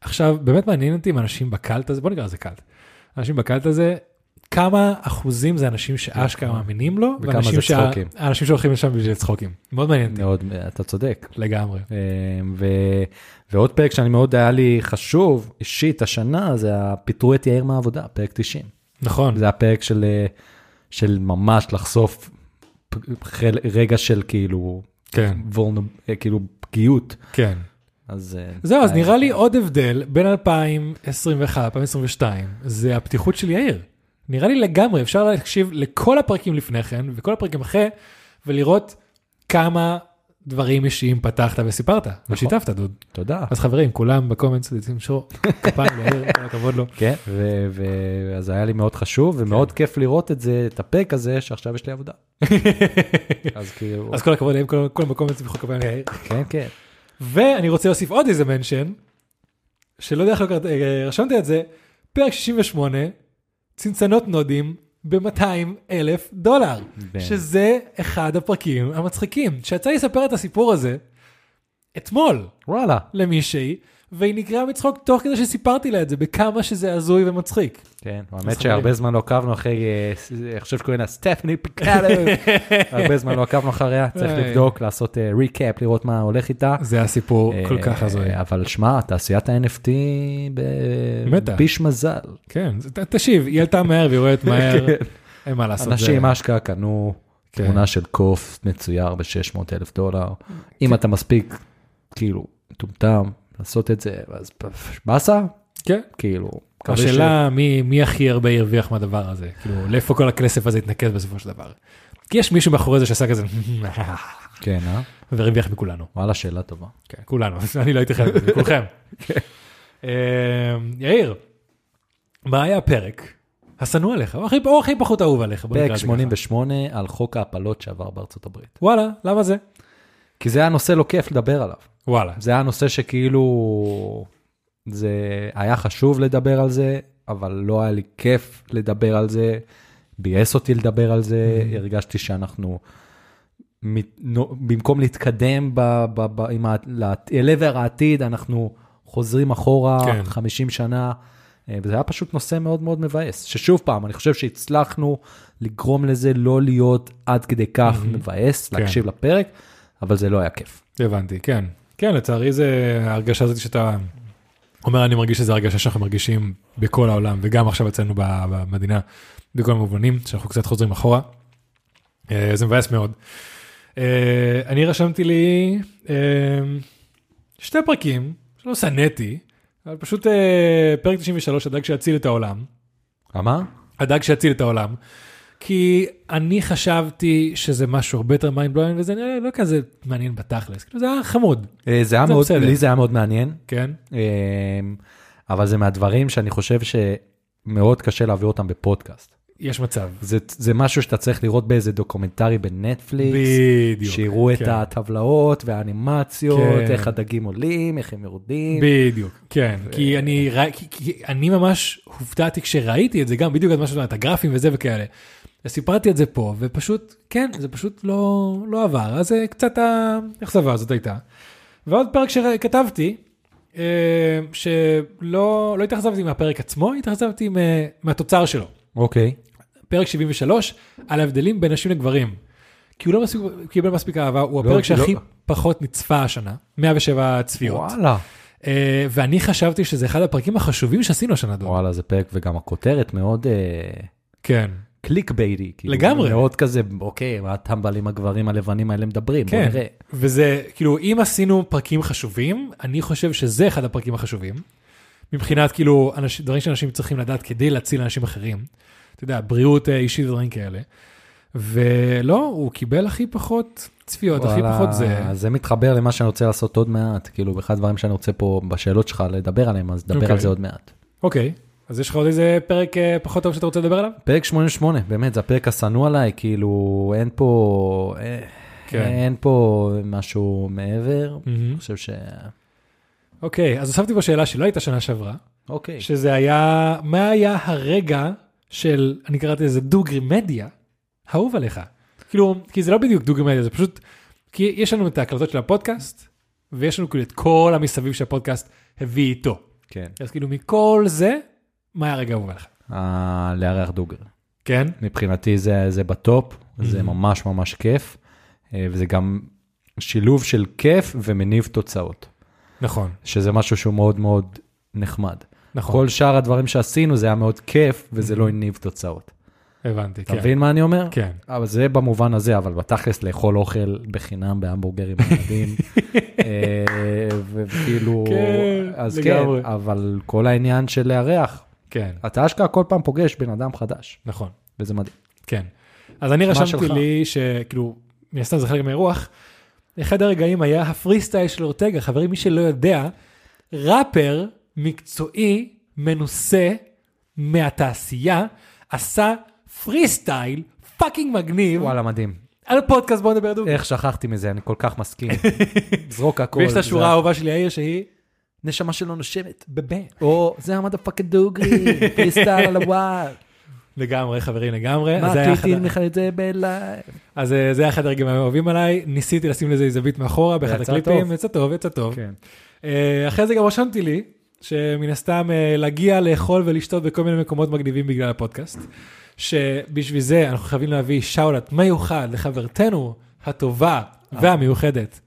[SPEAKER 1] עכשיו, באמת מעניין אותי אם אנשים בקאלט הזה, בוא נקרא לזה קאלט. אנשים בקאלט הזה, כמה אחוזים זה אנשים שאשכרה מאמינים לו,
[SPEAKER 2] נכון. וכמה
[SPEAKER 1] ואנשים
[SPEAKER 2] זה
[SPEAKER 1] שה-
[SPEAKER 2] צחוקים.
[SPEAKER 1] האנשים שהולכים לשם בשביל צחוקים. מאוד מעניין אותי.
[SPEAKER 2] מאוד, אה, אתה צודק.
[SPEAKER 1] לגמרי.
[SPEAKER 2] אה, ו... ועוד פרק שאני מאוד היה לי חשוב, אישית, השנה, זה ה- פיטרו את יאיר מהעבודה, פרק 90.
[SPEAKER 1] נכון.
[SPEAKER 2] זה הפרק של, אה, של ממש לחשוף פ- חל... רגע של כאילו,
[SPEAKER 1] כן,
[SPEAKER 2] וולנו... אה, כאילו פגיעות.
[SPEAKER 1] כן.
[SPEAKER 2] אז אה,
[SPEAKER 1] זהו, אז
[SPEAKER 2] היה-
[SPEAKER 1] נראה לי עוד הבדל בין 2021 ל-2022, זה הפתיחות של יאיר. נראה לי לגמרי, אפשר להקשיב לכל הפרקים לפני כן וכל הפרקים אחרי, ולראות כמה דברים אישיים פתחת וסיפרת,
[SPEAKER 2] נכון.
[SPEAKER 1] ושיתפת, דוד.
[SPEAKER 2] תודה.
[SPEAKER 1] אז חברים, כולם בקומנס תמשור כפיים ליאיר, כל הכבוד לו. כן.
[SPEAKER 2] כן, ו- ו- אז היה לי מאוד חשוב, ומאוד כיף לראות את זה, את הפרק הזה, שעכשיו יש לי עבודה. אז כאילו,
[SPEAKER 1] אז כל הכבוד להם, כולם כולם בקומנס תמשור כפיים ליאיר.
[SPEAKER 2] כן, כן.
[SPEAKER 1] ואני רוצה להוסיף עוד איזה מנשן, שלא יודע איך לא קראת- אה, רשמת את זה, פרק 68, צנצנות נודים ב-200 אלף דולר,
[SPEAKER 2] ב-
[SPEAKER 1] שזה אחד הפרקים המצחיקים, שיצא לי לספר את הסיפור הזה אתמול.
[SPEAKER 2] וואלה,
[SPEAKER 1] למישהי, והיא נקרעה מצחוק תוך כדי שסיפרתי לה את זה, בכמה שזה הזוי ומצחיק.
[SPEAKER 2] כן,
[SPEAKER 1] אז
[SPEAKER 2] האמת
[SPEAKER 1] חברים.
[SPEAKER 2] שהרבה זמן לא עקבנו אחרי, אה, ס- אני חושב שקוראים לה סטפני פיקאלו, הרבה זמן לא עקבנו אחריה, צריך
[SPEAKER 1] איי.
[SPEAKER 2] לבדוק, לעשות ריקאפ, לראות מה הולך איתה.
[SPEAKER 1] זה הסיפור
[SPEAKER 2] אה,
[SPEAKER 1] כל כך הזוי.
[SPEAKER 2] אבל שמע, תעשיית ה-NFT
[SPEAKER 1] מתה.
[SPEAKER 2] ביש מזל.
[SPEAKER 1] כן, זה- ת- תשיב, היא עלתה מהר והיא יורדת מהר,
[SPEAKER 2] כן.
[SPEAKER 1] אין מה לעשות.
[SPEAKER 2] אנשים
[SPEAKER 1] זה-
[SPEAKER 2] אשכרה קנו
[SPEAKER 1] כן.
[SPEAKER 2] תמונה של קוף מצויר ב-600 אלף דולר. אם אתה מספיק, כאילו, מטומטם, לעשות את זה, אז באסה,
[SPEAKER 1] כן.
[SPEAKER 2] כאילו. מקווה ש-
[SPEAKER 1] השאלה מי, מי הכי הרבה ירוויח מהדבר הזה, כאילו לאיפה כל הכסף הזה יתנקז בסופו של דבר. כי יש מישהו מאחורי זה שעשה כזה
[SPEAKER 2] כן, אה?
[SPEAKER 1] והרוויח מכולנו,
[SPEAKER 2] וואלה, שאלה טובה.
[SPEAKER 1] כן, כולנו, אני לא הייתי חלק מזה, כולכם. אה, יאיר, מה היה הפרק השנוא עליך, או הכי, או הכי פחות אהוב עליך? בוא נקרא
[SPEAKER 2] פרק
[SPEAKER 1] לזה ככה.
[SPEAKER 2] 88 על חוק ההפלות שעבר בארצות הברית.
[SPEAKER 1] וואלה, למה זה?
[SPEAKER 2] כי זה היה נושא לא כיף לדבר עליו.
[SPEAKER 1] וואלה,
[SPEAKER 2] זה היה נושא שכאילו, זה היה חשוב לדבר על זה, אבל לא היה לי כיף לדבר על זה, ביאס אותי לדבר על זה, הרגשתי שאנחנו, מת- נו- במקום להתקדם ב- ב- ב- עם ה- לעת- אל עבר העתיד, אנחנו חוזרים אחורה
[SPEAKER 1] כן.
[SPEAKER 2] 50 שנה. אה, וזה היה פשוט נושא מאוד מאוד מבאס, ששוב פעם, אני חושב שהצלחנו לגרום לזה לא להיות עד כדי כך מבאס, להקשיב לפרק, אבל זה לא היה כיף.
[SPEAKER 1] הבנתי, כן. כן, לצערי זה ההרגשה הזאת שאתה אומר, אני מרגיש שזו הרגשה שאנחנו מרגישים בכל העולם, וגם עכשיו אצלנו ב- במדינה, בכל המובנים, שאנחנו קצת חוזרים אחורה. אה, זה מבאס מאוד. אה, אני רשמתי לי אה, שתי פרקים, שלא שנאתי, אבל פשוט אה, פרק 93, הדג שיציל את העולם.
[SPEAKER 2] אמר?
[SPEAKER 1] הדג שיציל את העולם. כי אני חשבתי שזה משהו הרבה יותר mind blowing וזה נראה לי לא כזה מעניין בתכלס, כאילו זה היה חמוד,
[SPEAKER 2] אה, זה היה
[SPEAKER 1] זה
[SPEAKER 2] מאוד,
[SPEAKER 1] בסדר.
[SPEAKER 2] לי זה היה מאוד מעניין,
[SPEAKER 1] כן?
[SPEAKER 2] אה, אבל זה מהדברים שאני חושב שמאוד קשה להעביר אותם בפודקאסט.
[SPEAKER 1] יש מצב.
[SPEAKER 2] זה, זה משהו שאתה צריך לראות באיזה דוקומנטרי בנטפליקס,
[SPEAKER 1] בדיוק.
[SPEAKER 2] שיראו
[SPEAKER 1] כן.
[SPEAKER 2] את הטבלאות והאנימציות,
[SPEAKER 1] כן.
[SPEAKER 2] איך הדגים עולים, איך הם יורדים.
[SPEAKER 1] בדיוק, כן, כי אני רא- כי- כי אני ממש הופתעתי כשראיתי את זה, גם בדיוק את מה שאתה אומר, את הגרפים וזה וכאלה. אז סיפרתי את זה פה, ופשוט, כן, זה פשוט לא, לא עבר, אז אה, קצת האכזבה הזאת הייתה. ועוד פרק שכתבתי, אה, שלא לא התאכזבתי מהפרק עצמו, התאכזבתי מה- מהתוצר שלו.
[SPEAKER 2] אוקיי.
[SPEAKER 1] פרק 73, על ההבדלים בין נשים לגברים. כי הוא לא מספיק, קיבל מספיק אהבה, הוא
[SPEAKER 2] לא,
[SPEAKER 1] הפרק שהכי
[SPEAKER 2] לא.
[SPEAKER 1] פחות נצפה השנה, 107 צפיות.
[SPEAKER 2] וואלה.
[SPEAKER 1] אה, ואני חשבתי שזה אחד הפרקים החשובים שעשינו השנה, דוד.
[SPEAKER 2] וואלה, זה פרק, וגם הכותרת מאוד אה,
[SPEAKER 1] כן.
[SPEAKER 2] קליק בייטי. כאילו,
[SPEAKER 1] לגמרי.
[SPEAKER 2] מאוד כזה, אוקיי, מה הטמבלים הגברים הלבנים האלה מדברים, בוא
[SPEAKER 1] כן,
[SPEAKER 2] נראה.
[SPEAKER 1] וזה, כאילו, אם עשינו פרקים חשובים, אני חושב שזה אחד הפרקים החשובים, מבחינת, כאילו, אנש, דברים שאנשים צריכים לדעת כדי להציל אנשים אחרים. אתה יודע, בריאות אה, אישית ודברים כאלה. ולא, הוא קיבל הכי פחות צפיות, הכי
[SPEAKER 2] וואלה,
[SPEAKER 1] פחות זה.
[SPEAKER 2] אז זה מתחבר למה שאני רוצה לעשות עוד מעט, כאילו, באחד הדברים שאני רוצה פה בשאלות שלך לדבר עליהם, אז נדבר
[SPEAKER 1] אוקיי.
[SPEAKER 2] על זה עוד מעט.
[SPEAKER 1] אוקיי, אז יש לך עוד איזה פרק אה, פחות טוב שאתה רוצה לדבר עליו?
[SPEAKER 2] פרק 88, באמת, זה הפרק השנוא עליי, כאילו, אין פה, אה,
[SPEAKER 1] כן.
[SPEAKER 2] אין פה משהו מעבר,
[SPEAKER 1] מהמם.
[SPEAKER 2] אני חושב ש...
[SPEAKER 1] Mm-hmm. אוקיי, אז הוספתי פה שאלה שלא הייתה שנה שעברה.
[SPEAKER 2] אוקיי.
[SPEAKER 1] שזה היה, מה היה הרגע של, אני קראתי לזה דוגרימדיה, האהוב עליך. כאילו, כי זה לא בדיוק דוגרימדיה, זה פשוט, כי יש לנו את ההקלטות של הפודקאסט, ויש לנו כאילו את כל המסביב שהפודקאסט הביא איתו.
[SPEAKER 2] כן.
[SPEAKER 1] אז כאילו מכל זה, מה היה הרגע האהוב עליך?
[SPEAKER 2] אה, לארח דוגר.
[SPEAKER 1] כן?
[SPEAKER 2] מבחינתי זה, זה בטופ, זה
[SPEAKER 1] Mhm.
[SPEAKER 2] ממש ממש כיף, אה, וזה גם שילוב של כיף ומניב תוצאות,
[SPEAKER 1] נכון,
[SPEAKER 2] שזה משהו שהוא מאוד מאוד נחמד.
[SPEAKER 1] נכון,
[SPEAKER 2] כל שאר הדברים שעשינו זה היה מאוד כיף, וזה לא הניב תוצאות.
[SPEAKER 1] הבנתי,
[SPEAKER 2] אתה
[SPEAKER 1] כן.
[SPEAKER 2] מבין מה אני אומר?
[SPEAKER 1] כן.
[SPEAKER 2] אבל זה במובן הזה, אבל בתכלס לאכול אוכל בחינם בהמבורגרים מדהים. וכאילו,
[SPEAKER 1] כן,
[SPEAKER 2] אז
[SPEAKER 1] לגמרי.
[SPEAKER 2] כן, אבל כל העניין של לארח,
[SPEAKER 1] כן,
[SPEAKER 2] אתה אשכרה כל פעם פוגש בן אדם חדש,
[SPEAKER 1] נכון,
[SPEAKER 2] וזה מדהים.
[SPEAKER 1] כן. אז אני רשמתי
[SPEAKER 2] שלך.
[SPEAKER 1] לי כאילו, שכאילו, מן הסתם זה חלק מהרוח, אחד הרגעים היה הפרי סטייל של אורטגה, חברים, מי שלא יודע, ראפר מקצועי, מנוסה, מהתעשייה, עשה פרי סטייל פאקינג מגניב,
[SPEAKER 2] וואלה, מדהים.
[SPEAKER 1] על פודקאסט בוא נדבר דוגרי.
[SPEAKER 2] איך שכחתי מזה, אני כל כך מסכים. זרוק הכל.
[SPEAKER 1] ויש את השורה
[SPEAKER 2] זה-
[SPEAKER 1] האהובה של יאיר שהיא,
[SPEAKER 2] נשמה שלו נושמת.
[SPEAKER 1] בבן.
[SPEAKER 2] או, זה המדה פאקינג דוגרי, פריסטייל על הוואל.
[SPEAKER 1] לגמרי חברים לגמרי,
[SPEAKER 2] מה
[SPEAKER 1] אז זה היה
[SPEAKER 2] טוויטים
[SPEAKER 1] אחד-
[SPEAKER 2] לך את זה בלייב?
[SPEAKER 1] אז אה, זה היה אחד הרגעים האהובים עליי, ניסיתי לשים לזה זווית מאחורה באחד
[SPEAKER 2] ויצא
[SPEAKER 1] הקליפים,
[SPEAKER 2] טוב.
[SPEAKER 1] יצא טוב, יצא טוב. אה, אחרי זה גם רשמתי לי, שמן הסתם אה, להגיע, לאכול ולשתות בכל מיני מקומות מגניבים בגלל הפודקאסט, שבשביל זה אנחנו חייבים להביא שאולת מיוחד לחברתנו הטובה
[SPEAKER 2] אה.
[SPEAKER 1] והמיוחדת,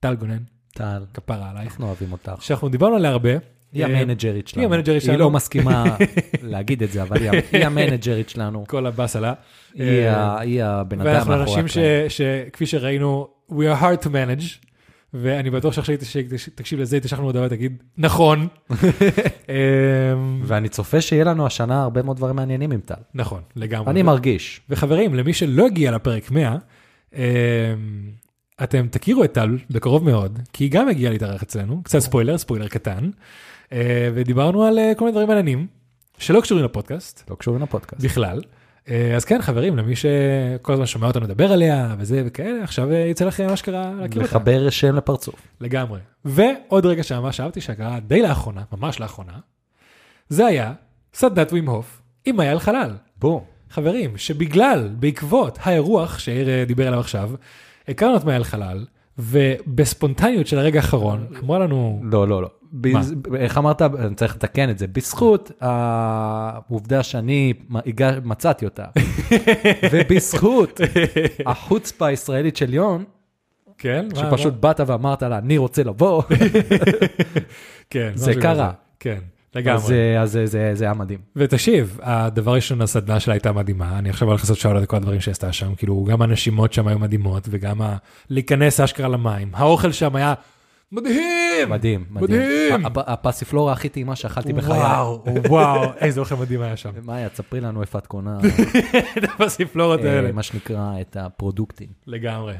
[SPEAKER 1] טל גונן,
[SPEAKER 2] טל,
[SPEAKER 1] כפרה עלייך,
[SPEAKER 2] אנחנו אוהבים אותך.
[SPEAKER 1] שאנחנו דיברנו עליה הרבה.
[SPEAKER 2] היא
[SPEAKER 1] אה,
[SPEAKER 2] המנג'רית שלנו.
[SPEAKER 1] המנג'רית שלנו.
[SPEAKER 2] היא לא מסכימה להגיד את זה, אבל היא- היא המנג'רית שלנו.
[SPEAKER 1] כל הבאס עלה.
[SPEAKER 2] היא
[SPEAKER 1] אה,
[SPEAKER 2] ה- היא הבן אדם
[SPEAKER 1] ואנחנו
[SPEAKER 2] מאחורי
[SPEAKER 1] אנשים ש-
[SPEAKER 2] הקלעים.
[SPEAKER 1] שכפי שראינו, we are hard to manage. ואני בטוח שעכשיו תקשיב לזה, תשלח לנו הודעה ותגיד, נכון. אמ,
[SPEAKER 2] ואני צופה שיהיה לנו השנה הרבה מאוד דברים מעניינים עם טל.
[SPEAKER 1] נכון, לגמרי.
[SPEAKER 2] אני מרגיש.
[SPEAKER 1] וחברים, למי שלא הגיע לפרק 100, אמ, אתם תכירו את טל בקרוב מאוד, כי היא גם הגיעה להתארח אצלנו, קצת ספוילר, ספוילר קטן, אה, ודיברנו על אה, כל מיני דברים מעניינים, שלא קשורים לפודקאסט
[SPEAKER 2] לא קשורים לפודקאסט.
[SPEAKER 1] בכלל. אה, אז כן, חברים, למי שכל הזמן שומע אותנו לדבר עליה וזה וכאלה, עכשיו אה, יצא לכם אשכרה להכיר אותה.
[SPEAKER 2] לחבר שם לפרצוף.
[SPEAKER 1] לגמרי. ועוד רגע שממש אהבתי שקרה די לאחרונה, ממש לאחרונה, זה היה סדנת ווים הוף עם אייל חלל.
[SPEAKER 2] בום.
[SPEAKER 1] חברים, שבגלל, בעקבות האירוח שיאיר אה, דיבר עליו עכשיו, הכרנו את מאייל חלל, ובספונטניות של הרגע האחרון, אמרה לנו,
[SPEAKER 2] לא, לא, לא. בז... איך אמרת? אני צריך לתקן את זה. בזכות העובדה שאני מ- הגע- מצאתי אותה, ובזכות החוצפה הישראלית של יון,
[SPEAKER 1] כן, מה-
[SPEAKER 2] שפשוט
[SPEAKER 1] מה-
[SPEAKER 2] באת ואמרת לה, אני רוצה לבוא,
[SPEAKER 1] כן,
[SPEAKER 2] זה
[SPEAKER 1] משהו
[SPEAKER 2] קרה.
[SPEAKER 1] כזה. כן,
[SPEAKER 2] אז,
[SPEAKER 1] לגמרי.
[SPEAKER 2] אה, אז אה, זה- זה היה מדהים.
[SPEAKER 1] ותקשיב, הדבר ראשון, הסדנה שלה הייתה מדהימה, אני עכשיו הולך לעשות שאלות לכל הדברים שעשתה שם, כאילו, גם הנשימות שם היו מדהימות, וגם ה... להיכנס אשכרה למים, האוכל שם היה מדהים!
[SPEAKER 2] מדהים, מדהים.
[SPEAKER 1] מדהים.
[SPEAKER 2] הפ- הפ- הפסיפלורה הכי טעימה שאכלתי בחיי.
[SPEAKER 1] וואו, וואו, איזה אוכל מדהים היה שם.
[SPEAKER 2] מאיה, תספרי לנו איפה את קונה,
[SPEAKER 1] בספלורות
[SPEAKER 2] אה,
[SPEAKER 1] האלה.
[SPEAKER 2] מה שנקרא, את הפרודוקטים.
[SPEAKER 1] לגמרי.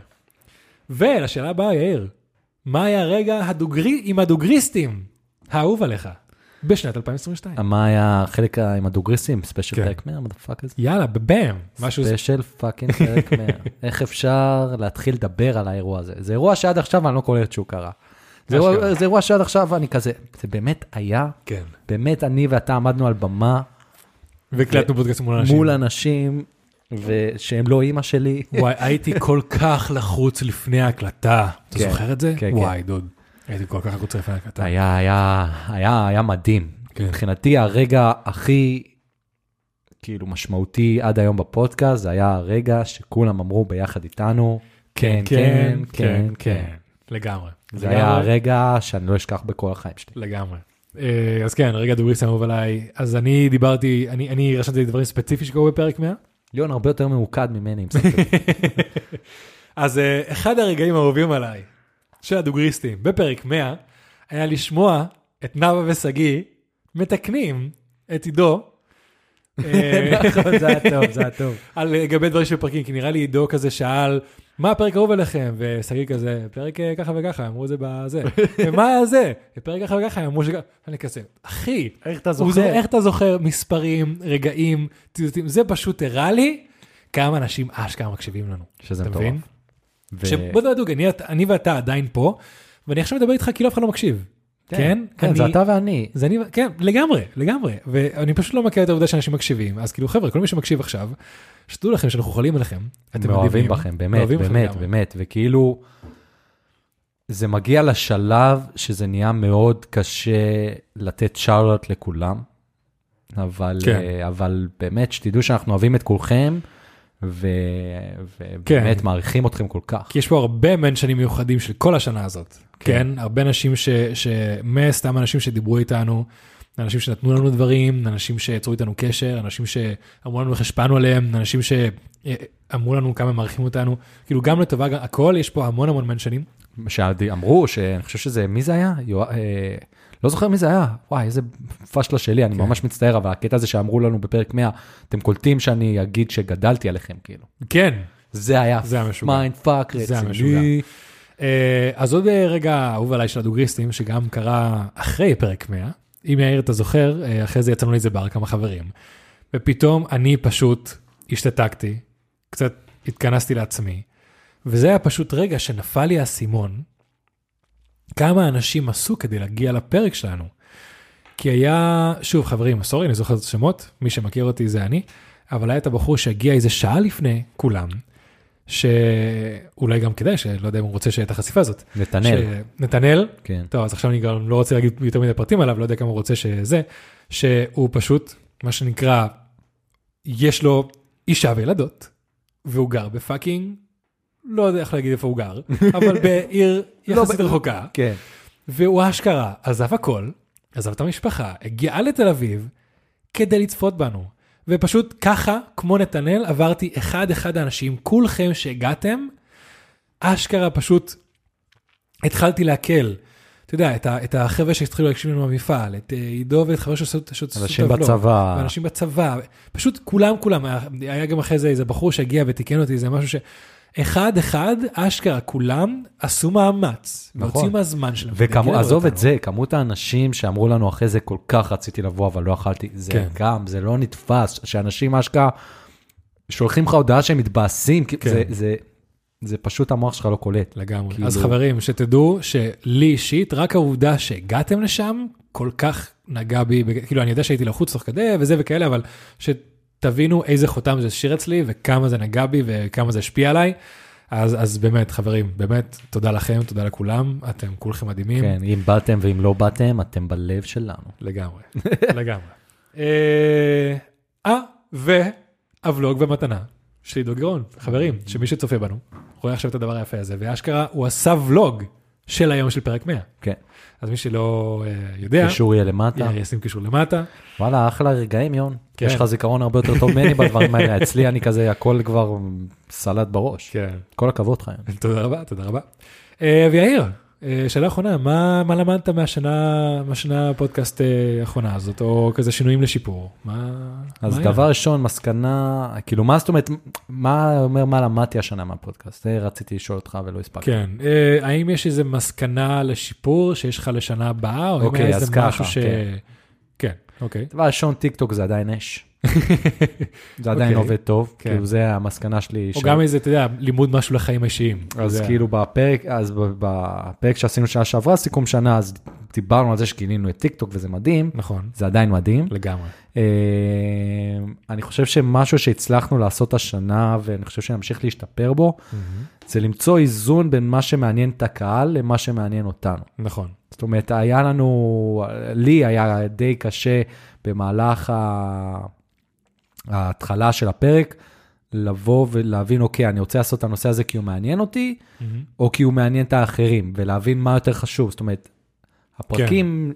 [SPEAKER 1] ולשאלה הבאה, יאיר, מה היה הרגע הדוגרי עם הדוגריסטים האהוב עליך בשנת 2022?
[SPEAKER 2] מה היה החלק ה- עם הדוגריסים? ספיישל
[SPEAKER 1] כן.
[SPEAKER 2] פרק 100? מה פאק הזה?
[SPEAKER 1] יאללה, בבאם, משהו זה.
[SPEAKER 2] ספיישל פאקינג פרק 100. איך אפשר להתחיל לדבר על האירוע הזה? זה אירוע שעד עכשיו אני לא קולט שהוא קרה. זה אירוע-
[SPEAKER 1] אשכרה.
[SPEAKER 2] זה אירוע שעד עכשיו אני כזה, זה באמת היה?
[SPEAKER 1] כן.
[SPEAKER 2] באמת אני ואתה עמדנו על במה
[SPEAKER 1] והקלטנו פודקאסט מול אנשים.
[SPEAKER 2] מול אנשים, ושהם לא אימא שלי.
[SPEAKER 1] וואי, הייתי כל כך לחוץ לפני ההקלטה. אתה
[SPEAKER 2] כן,
[SPEAKER 1] זוכר את זה?
[SPEAKER 2] כן, כן.
[SPEAKER 1] וואי, דוד. הייתי כל כך לחוץ לפני ההקלטה.
[SPEAKER 2] היה, היה, היה, היה מדהים.
[SPEAKER 1] כן.
[SPEAKER 2] מבחינתי הרגע הכי כאילו משמעותי עד היום בפודקאסט, זה היה הרגע שכולם אמרו ביחד איתנו, כן, כן, כן, כן.
[SPEAKER 1] לגמרי.
[SPEAKER 2] זה היה
[SPEAKER 1] לגמרי.
[SPEAKER 2] הרגע שאני לא אשכח בכל החיים שלי.
[SPEAKER 1] לגמרי. אה, אז כן, רגע דוגריסט אהוב עליי. אז אני דיברתי, אני- אני רשמתי דברים ספציפיים שקרו בפרק 100.
[SPEAKER 2] ליאון הרבה יותר ממוקד ממני, אם שמת לב.
[SPEAKER 1] אז אה, אחד הרגעים האהובים עליי של הדוגריסטים בפרק 100 היה לשמוע את נאוה ושגיא מתקנים את עידו אה,
[SPEAKER 2] נכון, זה היה טוב, זה היה טוב.
[SPEAKER 1] על אה, גבי דברים של פרקים, כי נראה לי עידו כזה שאל, מה הפרק האהוב עליכם? ושגיא כזה, פרק אה, ככה וככה, אמרו את זה בזה. ומה זה? פרק ככה וככה, אמרו שככה. אני כזה, אחי,
[SPEAKER 2] איך אתה
[SPEAKER 1] הוא זה, איך אתה זוכר מספרים, רגעים, ציטוטים? זה פשוט הראה לי כמה אנשים אשכרה מקשיבים לנו.
[SPEAKER 2] שזה
[SPEAKER 1] אתה
[SPEAKER 2] מטורף.
[SPEAKER 1] מבין?
[SPEAKER 2] ו-
[SPEAKER 1] שבוא נדוג, אני, אני ואתה עדיין פה, ואני עכשיו מדבר איתך כאילו אף אחד לא מקשיב. כן?
[SPEAKER 2] כן,
[SPEAKER 1] אני-
[SPEAKER 2] זה אתה ואני.
[SPEAKER 1] זה אני, כן, לגמרי, לגמרי. ואני פשוט לא מכיר את העובדה שאנשים מקשיבים, אז כאילו חבר'ה, כל מי שמקשיב עכשיו, שתדעו לכם שאנחנו חולים עליכם. אתם
[SPEAKER 2] מאוהבים
[SPEAKER 1] מדהימים.
[SPEAKER 2] בכם, באמת,
[SPEAKER 1] מאוהבים בכם
[SPEAKER 2] באמת,
[SPEAKER 1] לגמרי.
[SPEAKER 2] באמת, וכאילו, זה מגיע לשלב שזה נהיה מאוד קשה לתת שאוט לכולם, אבל,
[SPEAKER 1] כן.
[SPEAKER 2] אה, אבל באמת, שתדעו שאנחנו אוהבים את כולכם, ו- ובאמת
[SPEAKER 1] כן.
[SPEAKER 2] מעריכים אתכם כל כך.
[SPEAKER 1] כי יש פה הרבה מנשנים מיוחדים של כל השנה הזאת.
[SPEAKER 2] כן.
[SPEAKER 1] כן, הרבה אנשים ש... ש... מסתם אנשים שדיברו איתנו, אנשים שנתנו לנו דברים, אנשים שיצרו איתנו קשר, אנשים שאמרו לנו איך השפענו עליהם, אנשים שאמרו לנו כמה הם מעריכים אותנו, כאילו גם לטובה, גם... הכל, יש פה המון המון מנשנים.
[SPEAKER 2] שאמרו, שאני חושב שזה, מי זה היה? יוע- אה, לא זוכר מי זה היה, וואי, איזה פשלה שלי,
[SPEAKER 1] כן.
[SPEAKER 2] אני ממש מצטער, אבל הקטע הזה שאמרו לנו בפרק 100, אתם קולטים שאני אגיד שגדלתי עליכם, כאילו.
[SPEAKER 1] כן.
[SPEAKER 2] זה היה
[SPEAKER 1] זה המשוגע.
[SPEAKER 2] מיינד פאק
[SPEAKER 1] זה המשוגע.
[SPEAKER 2] רציני.
[SPEAKER 1] אה, אז עוד אה, רגע אהוב עליי של הדוגריסטים, שגם קרה אחרי פרק 100, אם יאיר אתה זוכר, אה, אחרי זה יצאנו לזה בר כמה חברים. ופתאום אני פשוט השתתקתי, קצת התכנסתי לעצמי, וזה היה פשוט רגע שנפל לי האסימון, כמה אנשים עשו כדי להגיע לפרק שלנו. כי היה, שוב חברים, סורי, אני זוכר את השמות, מי שמכיר אותי זה אני, אבל היה את הבחור שהגיע איזה שעה לפני כולם, שאולי גם כדאי, שלא יודע אם הוא רוצה שתהיה את החשיפה הזאת.
[SPEAKER 2] נתנאל,
[SPEAKER 1] ש- נתנאל,
[SPEAKER 2] כן.
[SPEAKER 1] טוב, אז עכשיו אני גם לא רוצה להגיד יותר מדי פרטים עליו, לא יודע כמה הוא רוצה שזה, שהוא פשוט, מה שנקרא, יש לו אישה וילדות, והוא גר בפאקינג, לא יודע איך להגיד איפה הוא גר, אבל בעיר
[SPEAKER 2] לא,
[SPEAKER 1] יחסית
[SPEAKER 2] ב-
[SPEAKER 1] רחוקה,
[SPEAKER 2] כן.
[SPEAKER 1] והוא אשכרה עזב הכל, עזב את המשפחה, הגיע לתל אביב, כדי לצפות בנו. ופשוט ככה, כמו נתנאל, עברתי אחד-אחד האנשים, כולכם שהגעתם, אשכרה פשוט התחלתי לעכל. אתה יודע, את, ה, את החבר'ה שהתחילו להקשיב לנו במפעל, את אה, עידו ואת חבר'ה שעשו שעשו את
[SPEAKER 2] אנשים
[SPEAKER 1] הבלוג,
[SPEAKER 2] בצבא.
[SPEAKER 1] לא. ואנשים בצבא, פשוט כולם כולם, היה, היה גם אחרי זה איזה בחור שהגיע ותיקן אותי, זה משהו ש... אחד אחד, אשכרה, כולם עשו מאמץ,
[SPEAKER 2] נכון.
[SPEAKER 1] והוציאו מהזמן שלהם.
[SPEAKER 2] וכמו,
[SPEAKER 1] והגיעו
[SPEAKER 2] עזוב
[SPEAKER 1] אותנו.
[SPEAKER 2] את זה, כמות האנשים שאמרו לנו אחרי זה, כל כך רציתי לבוא, אבל לא אכלתי, זה
[SPEAKER 1] כן.
[SPEAKER 2] גם, זה לא נתפס, שאנשים אשכרה שולחים לך הודעה שהם מתבאסים, כי
[SPEAKER 1] כן.
[SPEAKER 2] זה, זה, זה פשוט המוח שלך לא קולט.
[SPEAKER 1] לגמרי.
[SPEAKER 2] כאילו-
[SPEAKER 1] אז חברים, שתדעו שלי אישית, רק העובדה שהגעתם לשם, כל כך נגע בי, בג- כאילו, אני יודע שהייתי לחוץ תוך כדי וזה וכאלה, אבל שתבינו איזה חותם זה השאיר אצלי, וכמה זה נגע בי, וכמה זה השפיע עליי. אז, אז באמת, חברים, באמת, תודה לכם, תודה לכולם, אתם כולכם מדהימים.
[SPEAKER 2] כן, אם באתם ואם לא באתם, אתם בלב שלנו.
[SPEAKER 1] לגמרי, לגמרי. אה, אה, והוולוג ומתנה של עידו גירון. חברים, שמי שצופה בנו, רואה עכשיו את הדבר היפה הזה, ואשכרה, הוא עשה ולוג של היום של פרק 100.
[SPEAKER 2] כן,
[SPEAKER 1] אז מי שלא אה, יודע,
[SPEAKER 2] קישור יהיה למטה.
[SPEAKER 1] יהיה, ישים קישור למטה.
[SPEAKER 2] וואלה, אחלה רגעים, יון.
[SPEAKER 1] כן.
[SPEAKER 2] יש לך זיכרון הרבה יותר טוב ממני בדברים האלה. אצלי אני כזה, הכל כבר סלט בראש.
[SPEAKER 1] כן.
[SPEAKER 2] כל הכבוד לך, יון.
[SPEAKER 1] תודה רבה, תודה רבה. אה, ויאיר, אה, שאלה אחרונה, מה, מה למדת מהשנה, מהשנה הפודקאסט אה, האחרונה הזאת, או כזה שינויים לשיפור? מה...
[SPEAKER 2] אז
[SPEAKER 1] מה
[SPEAKER 2] דבר ראשון, מסקנה, כאילו, מה זאת אומרת, מה אומר, מה למדתי השנה מהפודקאסט? זה רציתי לשאול אותך ולא הספקתי.
[SPEAKER 1] כן, אה, האם יש איזה מסקנה לשיפור שיש לך לשנה הבאה, או אם
[SPEAKER 2] אוקיי,
[SPEAKER 1] היה איזה
[SPEAKER 2] אז ככה,
[SPEAKER 1] משהו ש...
[SPEAKER 2] כן.
[SPEAKER 1] כן, אוקיי.
[SPEAKER 2] דבר ראשון, טיק טוק זה עדיין אש. זה
[SPEAKER 1] אוקיי.
[SPEAKER 2] עדיין עובד טוב,
[SPEAKER 1] כן.
[SPEAKER 2] כאילו, זה המסקנה שלי.
[SPEAKER 1] או
[SPEAKER 2] של-
[SPEAKER 1] גם איזה, אתה יודע, לימוד משהו לחיים האישיים.
[SPEAKER 2] אז
[SPEAKER 1] זה-
[SPEAKER 2] כאילו בפרק, אז ב- בפרק שעשינו שנה שעברה, סיכום שנה, אז דיברנו על זה שגילינו את טיק טוק וזה מדהים,
[SPEAKER 1] נכון,
[SPEAKER 2] זה עדיין מדהים.
[SPEAKER 1] לגמרי.
[SPEAKER 2] אה, אני חושב שמשהו שהצלחנו לעשות השנה, ואני חושב שנמשיך להשתפר בו, זה למצוא איזון בין מה שמעניין את הקהל למה שמעניין אותנו.
[SPEAKER 1] נכון,
[SPEAKER 2] זאת אומרת, היה לנו, לי היה די קשה במהלך ה- ההתחלה של הפרק, לבוא ולהבין, אוקיי, אני רוצה לעשות את הנושא הזה כי הוא מעניין אותי,
[SPEAKER 1] מהמם.
[SPEAKER 2] או כי הוא מעניין את האחרים, ולהבין מה יותר חשוב. זאת אומרת, הפרקים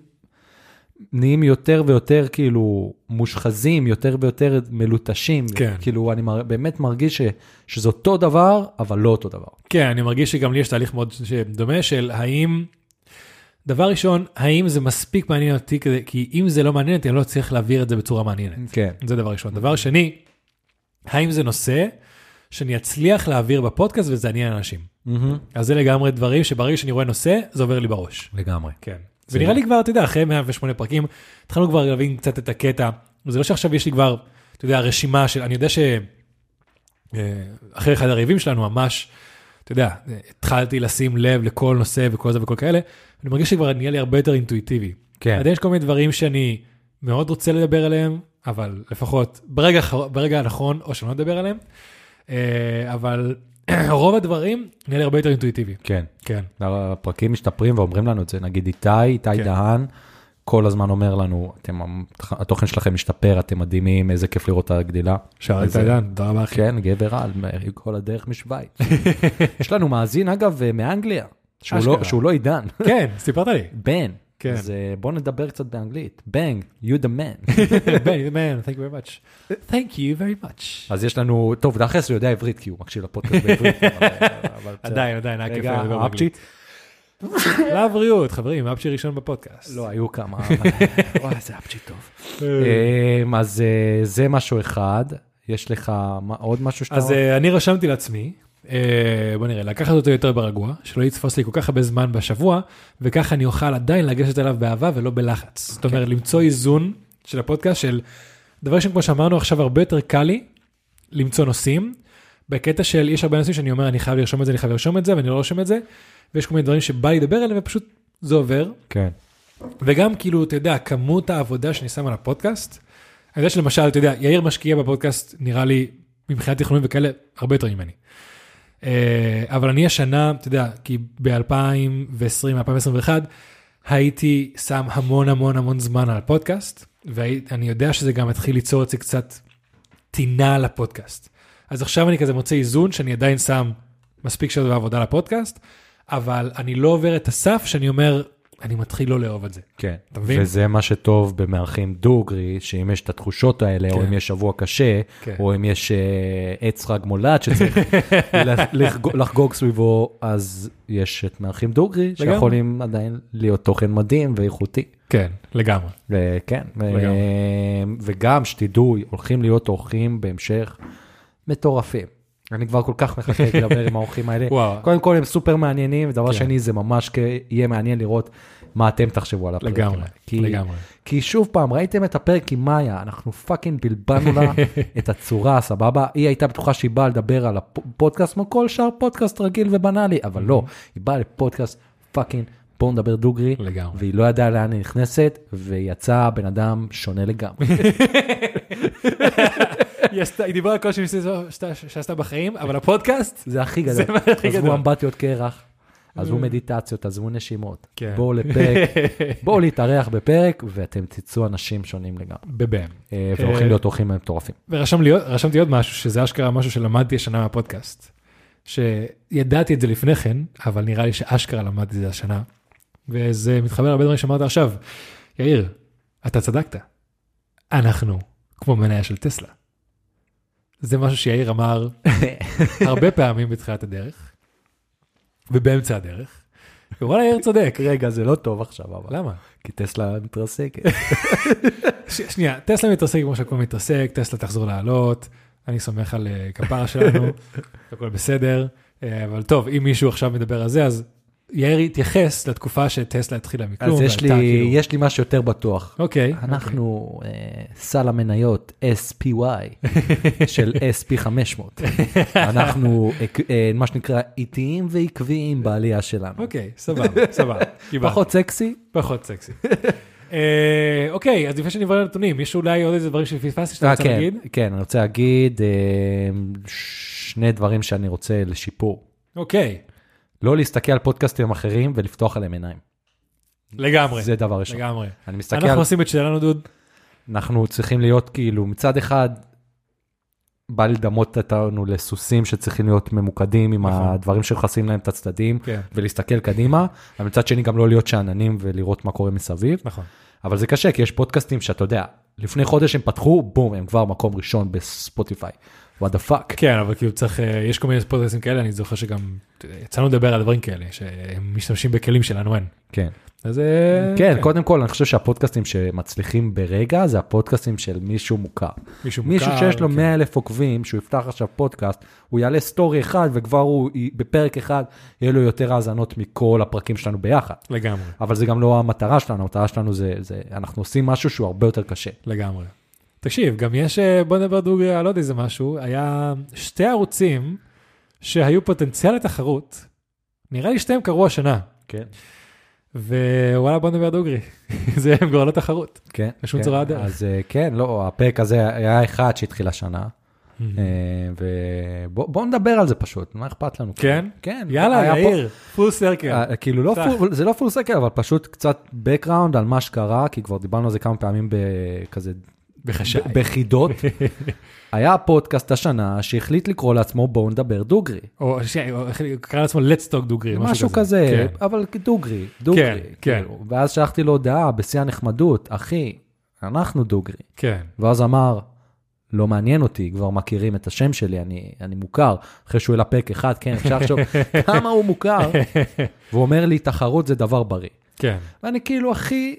[SPEAKER 1] כן.
[SPEAKER 2] נהיים יותר ויותר כאילו מושחזים, יותר ויותר מלוטשים.
[SPEAKER 1] כן.
[SPEAKER 2] כאילו, אני מר... באמת מרגיש ש... שזה אותו דבר, אבל לא אותו דבר.
[SPEAKER 1] כן, אני מרגיש שגם לי יש תהליך מאוד ש- דומה של האם, דבר ראשון, האם זה מספיק מעניין אותי כדי, כי אם זה לא מעניין אותי, אני לא צריך להעביר את זה בצורה מעניינת.
[SPEAKER 2] כן.
[SPEAKER 1] זה דבר ראשון. דבר שני, האם זה נושא שאני אצליח להעביר בפודקאסט וזה יעניין אנשים. אז זה לגמרי דברים שברגע שאני רואה נושא, זה עובר לי בראש.
[SPEAKER 2] לגמרי.
[SPEAKER 1] כן. ונראה לי כבר, אתה יודע, אחרי 108 פרקים, התחלנו כבר להבין קצת את הקטע. זה לא שעכשיו יש לי כבר, אתה יודע, רשימה של, אני יודע ש... אה, אחרי אחד הריבים שלנו, ממש, אתה יודע, אה, התחלתי לשים לב לכל נושא וכל זה וכל כאלה, אני מרגיש שכבר נהיה לי הרבה יותר אינטואיטיבי.
[SPEAKER 2] כן.
[SPEAKER 1] עדיין יש כל מיני דברים שאני מאוד רוצה לדבר עליהם, אבל לפחות ברגע, האחר- ברגע הנכון, או שאני לא מדבר עליהם, אה, אבל רוב הדברים נהיה לי הרבה יותר אינטואיטיבי.
[SPEAKER 2] כן.
[SPEAKER 1] כן.
[SPEAKER 2] הפרקים משתפרים ואומרים לנו את זה, נגיד איתי, איתי
[SPEAKER 1] כן.
[SPEAKER 2] דהן, כל הזמן אומר לנו, אתם, התוכן שלכם משתפר, אתם מדהימים, איזה כיף לראות את הגדילה.
[SPEAKER 1] שאלה
[SPEAKER 2] איזה-
[SPEAKER 1] עידן, תודה רבה אחי.
[SPEAKER 2] כן, גבר על, כל הדרך משוויץ. יש לנו מאזין, אגב, אה, מאנגליה, שהוא לא-
[SPEAKER 1] אשכרה.
[SPEAKER 2] שהוא לא עידן,
[SPEAKER 1] כן, סיפרת לי.
[SPEAKER 2] בן.
[SPEAKER 1] כן.
[SPEAKER 2] אז אה, בוא נדבר קצת באנגלית, בנג, you the man.
[SPEAKER 1] Man, man, thank you very much. Thank you very much.
[SPEAKER 2] אז יש לנו, טוב, דאחס הוא יודע עברית, כי הוא מקשיב לפודקאסט בעברית. אבל- אה, אבל בסדר.
[SPEAKER 1] עדיין, עדיין, היה כיף
[SPEAKER 2] רגע,
[SPEAKER 1] לדבר
[SPEAKER 2] האפצ'י?
[SPEAKER 1] באנגלית. לבריאות, חברים, אפצ'י ראשון בפודקאסט.
[SPEAKER 2] לא, היו כמה, אבל- וואי, זה אפצ'י טוב. אמ, אז אה, זה משהו אחד, יש לך מה- עוד משהו שאתה...
[SPEAKER 1] אז
[SPEAKER 2] רוצה?
[SPEAKER 1] אה, אני רשמתי לעצמי, אה, בוא נראה, לקחת אותו יותר ברגוע, שלא יתפוס לי כל כך הרבה זמן בשבוע, וככה אני אוכל עדיין לגשת אליו באהבה ולא בלחץ. זאת
[SPEAKER 2] אוקיי.
[SPEAKER 1] אומרת, למצוא איזון של הפודקאסט של דבר ראשון, כמו שאמרנו עכשיו, הרבה יותר קל לי למצוא נושאים, בקטע של יש הרבה נושאים שאני אומר, אני חייב לרשום את זה, אני חייב לרשום את זה, ואני לא רושם את זה, ויש כל מיני דברים שבא לי לדבר עליהם, ופשוט זה עובר.
[SPEAKER 2] כן.
[SPEAKER 1] וגם כאילו, אתה יודע, כמות העבודה שאני שם על הפודקאסט, אני יודע שלמשל, אתה יודע, יאיר משקיע בפודקאסט, נראה לי, מבחינת תכנונים וכאלה, הרבה יותר ממני. אה, אבל אני השנה, אתה יודע, כי ב-2020, 2021, הייתי שם המון המון המון זמן על הפודקאסט, ואני יודע שזה גם התחיל ליצור אצלי קצת טינה על הפודקאסט. אז עכשיו אני כזה מוצא איזון שאני עדיין שם מספיק שעות בעבודה לפודקאסט, אבל אני לא עובר את הסף שאני אומר, אני מתחיל לא לאהוב את זה.
[SPEAKER 2] כן.
[SPEAKER 1] אתה מבין?
[SPEAKER 2] וזה מה שטוב במארחים דוגרי, שאם יש את התחושות האלה, או
[SPEAKER 1] כן.
[SPEAKER 2] אם יש שבוע קשה,
[SPEAKER 1] כן.
[SPEAKER 2] או אם יש אה, עץ חג מולד שצריך לח- לחגוג- לחגוג סביבו, אז יש את מארחים דוגרי,
[SPEAKER 1] לגמרי.
[SPEAKER 2] שיכולים עדיין להיות תוכן מדהים ואיכותי.
[SPEAKER 1] כן, לגמרי.
[SPEAKER 2] אה, כן,
[SPEAKER 1] לגמרי.
[SPEAKER 2] אה, וגם שתדעו, הולכים להיות אורחים בהמשך מטורפים. אני כבר כל כך מחכה לדבר עם האורחים האלה.
[SPEAKER 1] וואו.
[SPEAKER 2] קודם כל הם סופר מעניינים, ודבר
[SPEAKER 1] כן.
[SPEAKER 2] שני זה ממש כ- יהיה מעניין לראות מה אתם תחשבו על הפרקים.
[SPEAKER 1] לגמרי,
[SPEAKER 2] האלה. כי-
[SPEAKER 1] לגמרי.
[SPEAKER 2] כי שוב פעם, ראיתם את הפרק עם מאיה, אנחנו פאקינג בלבלנו לה את הצורה, סבבה? היא הייתה בטוחה שהיא באה לדבר על הפודקאסט כמו כל שאר פודקאסט רגיל ובנאלי, אבל
[SPEAKER 1] Mm-hmm.
[SPEAKER 2] לא, היא באה לפודקאסט פאקינג, בואו נדבר דוגרי,
[SPEAKER 1] לגמרי.
[SPEAKER 2] והיא לא ידעה לאן היא נכנסת, ויצא בן אדם שונה לגמרי.
[SPEAKER 1] היא עשתה- היא דיברה על כל שניסי שעשתה בחיים, אבל הפודקאסט,
[SPEAKER 2] זה אמ- הכי
[SPEAKER 1] זה
[SPEAKER 2] גדול.
[SPEAKER 1] מה הכי
[SPEAKER 2] עזבו
[SPEAKER 1] גדול. Mm.
[SPEAKER 2] אמבטיות קרח, עזבו מדיטציות, עזבו נשימות.
[SPEAKER 1] כן.
[SPEAKER 2] בואו לפרק, בואו להתארח בפרק, ואתם תצאו אנשים שונים לגמרי.
[SPEAKER 1] בבם.
[SPEAKER 2] אה, והולכים
[SPEAKER 1] אה,
[SPEAKER 2] להיות אורחים מטורפים.
[SPEAKER 1] ורשמתי עוד משהו, שזה אשכרה משהו שלמדתי השנה מהפודקאסט. שידעתי את זה לפני כן, אבל נראה לי שאשכרה למדתי את זה השנה. וזה מתחבר להרבה דברים שאמרת עכשיו. יאיר, אתה צדקת. אנחנו כמו מניה של טסלה. זה משהו שיאיר אמר הרבה פעמים בתחילת הדרך, ובאמצע הדרך. ווואלה, יאיר צודק.
[SPEAKER 2] רגע, זה לא טוב עכשיו, אבל.
[SPEAKER 1] למה?
[SPEAKER 2] כי טסלה מתרסקת.
[SPEAKER 1] ש- שנייה, טסלה מתרסק כמו שהכל מתרסק, טסלה תחזור לעלות, אני סומך על אה, כפרה שלנו, הכל בסדר, אה, אבל טוב, אם מישהו עכשיו מדבר על זה, אז יאיר התייחס לתקופה שטסלה התחילה מכלום,
[SPEAKER 2] אז יש
[SPEAKER 1] ועלתה
[SPEAKER 2] לי,
[SPEAKER 1] כאילו-
[SPEAKER 2] יש לי משהו יותר בטוח.
[SPEAKER 1] אוקיי,
[SPEAKER 2] אנחנו אה, סל המניות SPY של SP500. אנחנו אה, אה, מה שנקרא איטיים ועקביים בעלייה שלנו.
[SPEAKER 1] אוקיי, סבבה, סבבה, קיבלתי.
[SPEAKER 2] פחות סקסי,
[SPEAKER 1] פחות סקסי. אה, אוקיי, אז לפני שנעבור לנתונים, יש אולי עוד איזה דברים שפספסתי שאתה
[SPEAKER 2] אה,
[SPEAKER 1] רוצה
[SPEAKER 2] כן,
[SPEAKER 1] להגיד?
[SPEAKER 2] כן, אני רוצה להגיד אה, שני דברים שאני רוצה לשיפור.
[SPEAKER 1] אוקיי,
[SPEAKER 2] לא להסתכל על פודקאסטים אחרים ולפתוח עליהם עיניים.
[SPEAKER 1] לגמרי,
[SPEAKER 2] זה דבר ראשון.
[SPEAKER 1] לגמרי.
[SPEAKER 2] אני מסתכל,
[SPEAKER 1] אנחנו עושים את שלנו, דוד.
[SPEAKER 2] אנחנו צריכים להיות כאילו, מצד אחד, בא לדמות אותנו לסוסים שצריכים להיות ממוקדים עם
[SPEAKER 1] נכון.
[SPEAKER 2] הדברים שמכסים להם את הצדדים,
[SPEAKER 1] כן.
[SPEAKER 2] ולהסתכל קדימה, אבל מצד שני גם לא להיות שאננים ולראות מה קורה מסביב.
[SPEAKER 1] נכון.
[SPEAKER 2] אבל זה קשה, כי יש פודקאסטים שאתה יודע, לפני חודש הם פתחו, בום, הם כבר מקום ראשון בספוטיפיי. וואט דה פאק.
[SPEAKER 1] כן, אבל כאילו צריך, אה, יש כל מיני פודקאסטים כאלה, אני זוכר שגם אתה יודע, יצאנו לדבר על דברים כאלה, שהם משתמשים בכלים שלנו אין.
[SPEAKER 2] כן.
[SPEAKER 1] אז אה,
[SPEAKER 2] כן, קודם כל, אני חושב שהפודקאסטים שמצליחים ברגע, זה הפודקאסטים של מישהו מוכר.
[SPEAKER 1] מישהו מוכר.
[SPEAKER 2] מישהו שיש לו
[SPEAKER 1] כן.
[SPEAKER 2] 100 אלף עוקבים, שהוא יפתח עכשיו פודקאסט, הוא יעלה סטורי אחד, וכבר הוא, י- בפרק אחד, יהיה לו יותר האזנות מכל הפרקים שלנו ביחד.
[SPEAKER 1] לגמרי,
[SPEAKER 2] אבל זה גם לא המטרה שלנו, המטרה שלנו זה, זה אנחנו עושים משהו שהוא הרבה יותר קשה.
[SPEAKER 1] לגמרי. תקשיב, גם יש, אה, בוא נדבר דוגרי על עוד איזה משהו, היה שתי ערוצים שהיו פוטנציאל לתחרות, נראה לי שתיהם קרו השנה,
[SPEAKER 2] כן.
[SPEAKER 1] ווואלה בוא נדבר דוגרי, זה הם כבר לא תחרות.
[SPEAKER 2] כן.
[SPEAKER 1] בשום
[SPEAKER 2] כן.
[SPEAKER 1] צורה הדרך.
[SPEAKER 2] אז אה, כן, לא, הפרק הזה היה אחד שהתחיל השנה, אה, ובואו נדבר על זה פשוט, מה אכפת לנו?
[SPEAKER 1] Mm. כן?
[SPEAKER 2] כן.
[SPEAKER 1] יאללה,
[SPEAKER 2] היה פה-
[SPEAKER 1] יאיר, פול סרקל.
[SPEAKER 2] אה, כאילו לא
[SPEAKER 1] סך.
[SPEAKER 2] פול, זה לא פול סקל, אבל פשוט קצת background על מה שקרה, כי כבר דיברנו על זה כמה פעמים בכזה,
[SPEAKER 1] בחשאי.
[SPEAKER 2] ב- בחידות. היה פודקאסט השנה שהחליט לקרוא לעצמו בואו נדבר דוגרי.
[SPEAKER 1] או שנייה, הוא קרא לעצמו let's talk דוגרי,
[SPEAKER 2] משהו כזה,
[SPEAKER 1] כן.
[SPEAKER 2] אבל דוגרי, דוגרי.
[SPEAKER 1] כן, כן.
[SPEAKER 2] כאילו. ואז שלחתי לו הודעה בשיא הנחמדות, אחי, אנחנו דוגרי.
[SPEAKER 1] כן.
[SPEAKER 2] ואז אמר, לא מעניין אותי, כבר מכירים את השם שלי, אני, אני מוכר. אחרי שהוא העלה פרק אחד, כן, אפשר לחשוב כמה הוא מוכר. והוא אומר לי, תחרות זה דבר בריא.
[SPEAKER 1] כן.
[SPEAKER 2] ואני כאילו, אחי,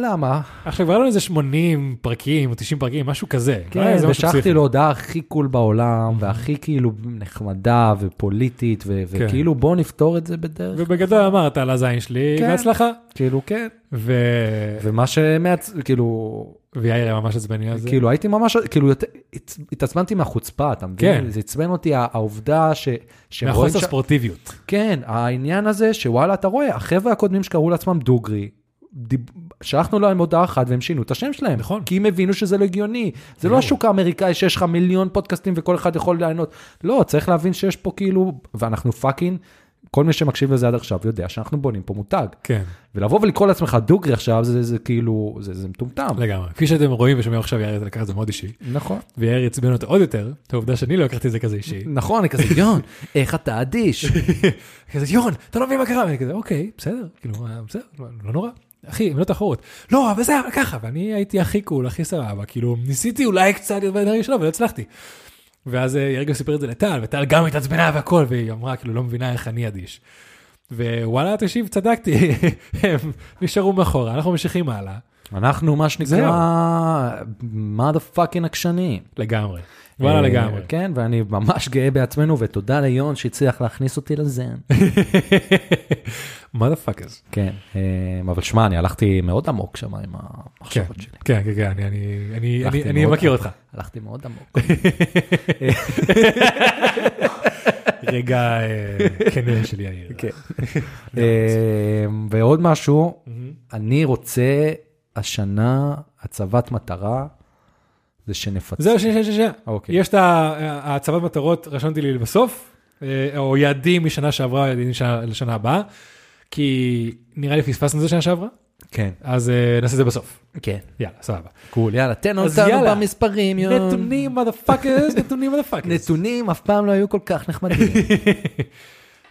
[SPEAKER 2] למה?
[SPEAKER 1] עכשיו, היה לנו איזה 80 פרקים או 90 פרקים, משהו כזה. לא היה
[SPEAKER 2] כן,
[SPEAKER 1] איזה משהו
[SPEAKER 2] ושלחתי
[SPEAKER 1] פסיכי.
[SPEAKER 2] לו הודעה הכי קול בעולם, והכי כאילו נחמדה ופוליטית, ו-
[SPEAKER 1] כן.
[SPEAKER 2] וכאילו בואו נפתור את זה בדרך.
[SPEAKER 1] ובגדול אמרת על הזין שלי,
[SPEAKER 2] כן.
[SPEAKER 1] בהצלחה.
[SPEAKER 2] כאילו, כן.
[SPEAKER 1] ו...
[SPEAKER 2] ומה שמעצ... כאילו,
[SPEAKER 1] ויאיר היה ממש עצבני על זה.
[SPEAKER 2] כאילו הייתי ממש, כאילו, יותר- הת- התעצבנתי מהחוצפה, אתה מבין?
[SPEAKER 1] כן.
[SPEAKER 2] זה עצבן אותי ה- העובדה ש... שהם רואים
[SPEAKER 1] מהחוסר
[SPEAKER 2] ש-
[SPEAKER 1] ספורטיביות.
[SPEAKER 2] כן, העניין הזה שוואלה, אתה רואה, החבר'ה הקודמים שקראו לעצמם דוגרי, דיב- שלחנו להם הודעה אחת והם שינו את השם שלהם.
[SPEAKER 1] נכון.
[SPEAKER 2] כי הם הבינו שזה לא הגיוני. זה לא
[SPEAKER 1] יואו.
[SPEAKER 2] השוק האמריקאי שיש לך מיליון פודקאסטים וכל אחד יכול ליהנות. לא, צריך להבין שיש פה כאילו, ואנחנו פאקינג כל מי שמקשיב לזה עד עכשיו יודע שאנחנו בונים פה מותג.
[SPEAKER 1] כן,
[SPEAKER 2] ולבוא ולקרוא לעצמך דוגרי עכשיו, זה, זה כאילו, זה, זה מטומטם.
[SPEAKER 1] לגמרי. כפי שאתם רואים ושומעים עכשיו, יאיר לקח את זה מאוד אישי,
[SPEAKER 2] נכון.
[SPEAKER 1] ויאיר עצבן אותו עוד יותר, את העובדה שאני לא לקחתי את זה כזה אישי.
[SPEAKER 2] נכון, אני כזה, יון, איך אתה אדיש?
[SPEAKER 1] כן. כזה, יון, אתה לא מבין מה קרה, ואני כזה, אוקיי, בסדר, כאילו, אה, בסדר, לא- לא נורא. אחי, הם לא תחרות. לא, אבל זה היה ככה, ואני הייתי הכי קול, הכי סבבה, כאילו, ניסיתי אולי קצת להיות בדברים שלו, ולא לא הצלחתי. ואז אה, יאיר גם סיפר את זה לטל, וטל גם התעצבנה והכל, והיא אמרה, כאילו, לא מבינה איך אני אדיש. ווואלה, תקשיב, צדקתי, הם נשארו מאחורה, אנחנו ממשיכים הלאה,
[SPEAKER 2] אנחנו מה שנקרא, mother fucking עקשנים.
[SPEAKER 1] לגמרי. וואלה,
[SPEAKER 2] אה,
[SPEAKER 1] לגמרי.
[SPEAKER 2] כן, ואני ממש גאה בעצמנו, ותודה ליון שהצליח להכניס אותי לזן.
[SPEAKER 1] מה דה פאקרס.
[SPEAKER 2] כן, אה, אבל שמע, אני הלכתי מאוד עמוק שם עם
[SPEAKER 1] כן,
[SPEAKER 2] המחשבות שלי.
[SPEAKER 1] כן, כן, כן, אני- אני- אני-
[SPEAKER 2] הלכתי
[SPEAKER 1] אני- אני
[SPEAKER 2] מאוד-
[SPEAKER 1] מכיר אותך.
[SPEAKER 2] הלכתי מאוד עמוק.
[SPEAKER 1] רגע אה,
[SPEAKER 2] כן,
[SPEAKER 1] כנראה של יאיר.
[SPEAKER 2] אה, ועוד משהו, אני רוצה השנה הצבת מטרה, זה שנפצ...
[SPEAKER 1] זהו, שנייה, שנייה, שנייה.
[SPEAKER 2] אוקיי.
[SPEAKER 1] יש את ה- הצבת מטרות, רשמתי לי בסוף, אה, או יעדים משנה שעברה, יעדים לשנה- לשנה הבאה, כי נראה לי פספסנו את זה שנה שעברה,
[SPEAKER 2] כן.
[SPEAKER 1] אז אה, נעשה את זה בסוף.
[SPEAKER 2] כן.
[SPEAKER 1] יאללה, סבבה.
[SPEAKER 2] קול, יאללה, תן
[SPEAKER 1] אז
[SPEAKER 2] אותנו
[SPEAKER 1] יאללה.
[SPEAKER 2] במספרים, יום.
[SPEAKER 1] נתונים, מודפאקרס, נתונים, מודפאקרס.
[SPEAKER 2] נתונים אף פעם לא היו כל כך נחמדים.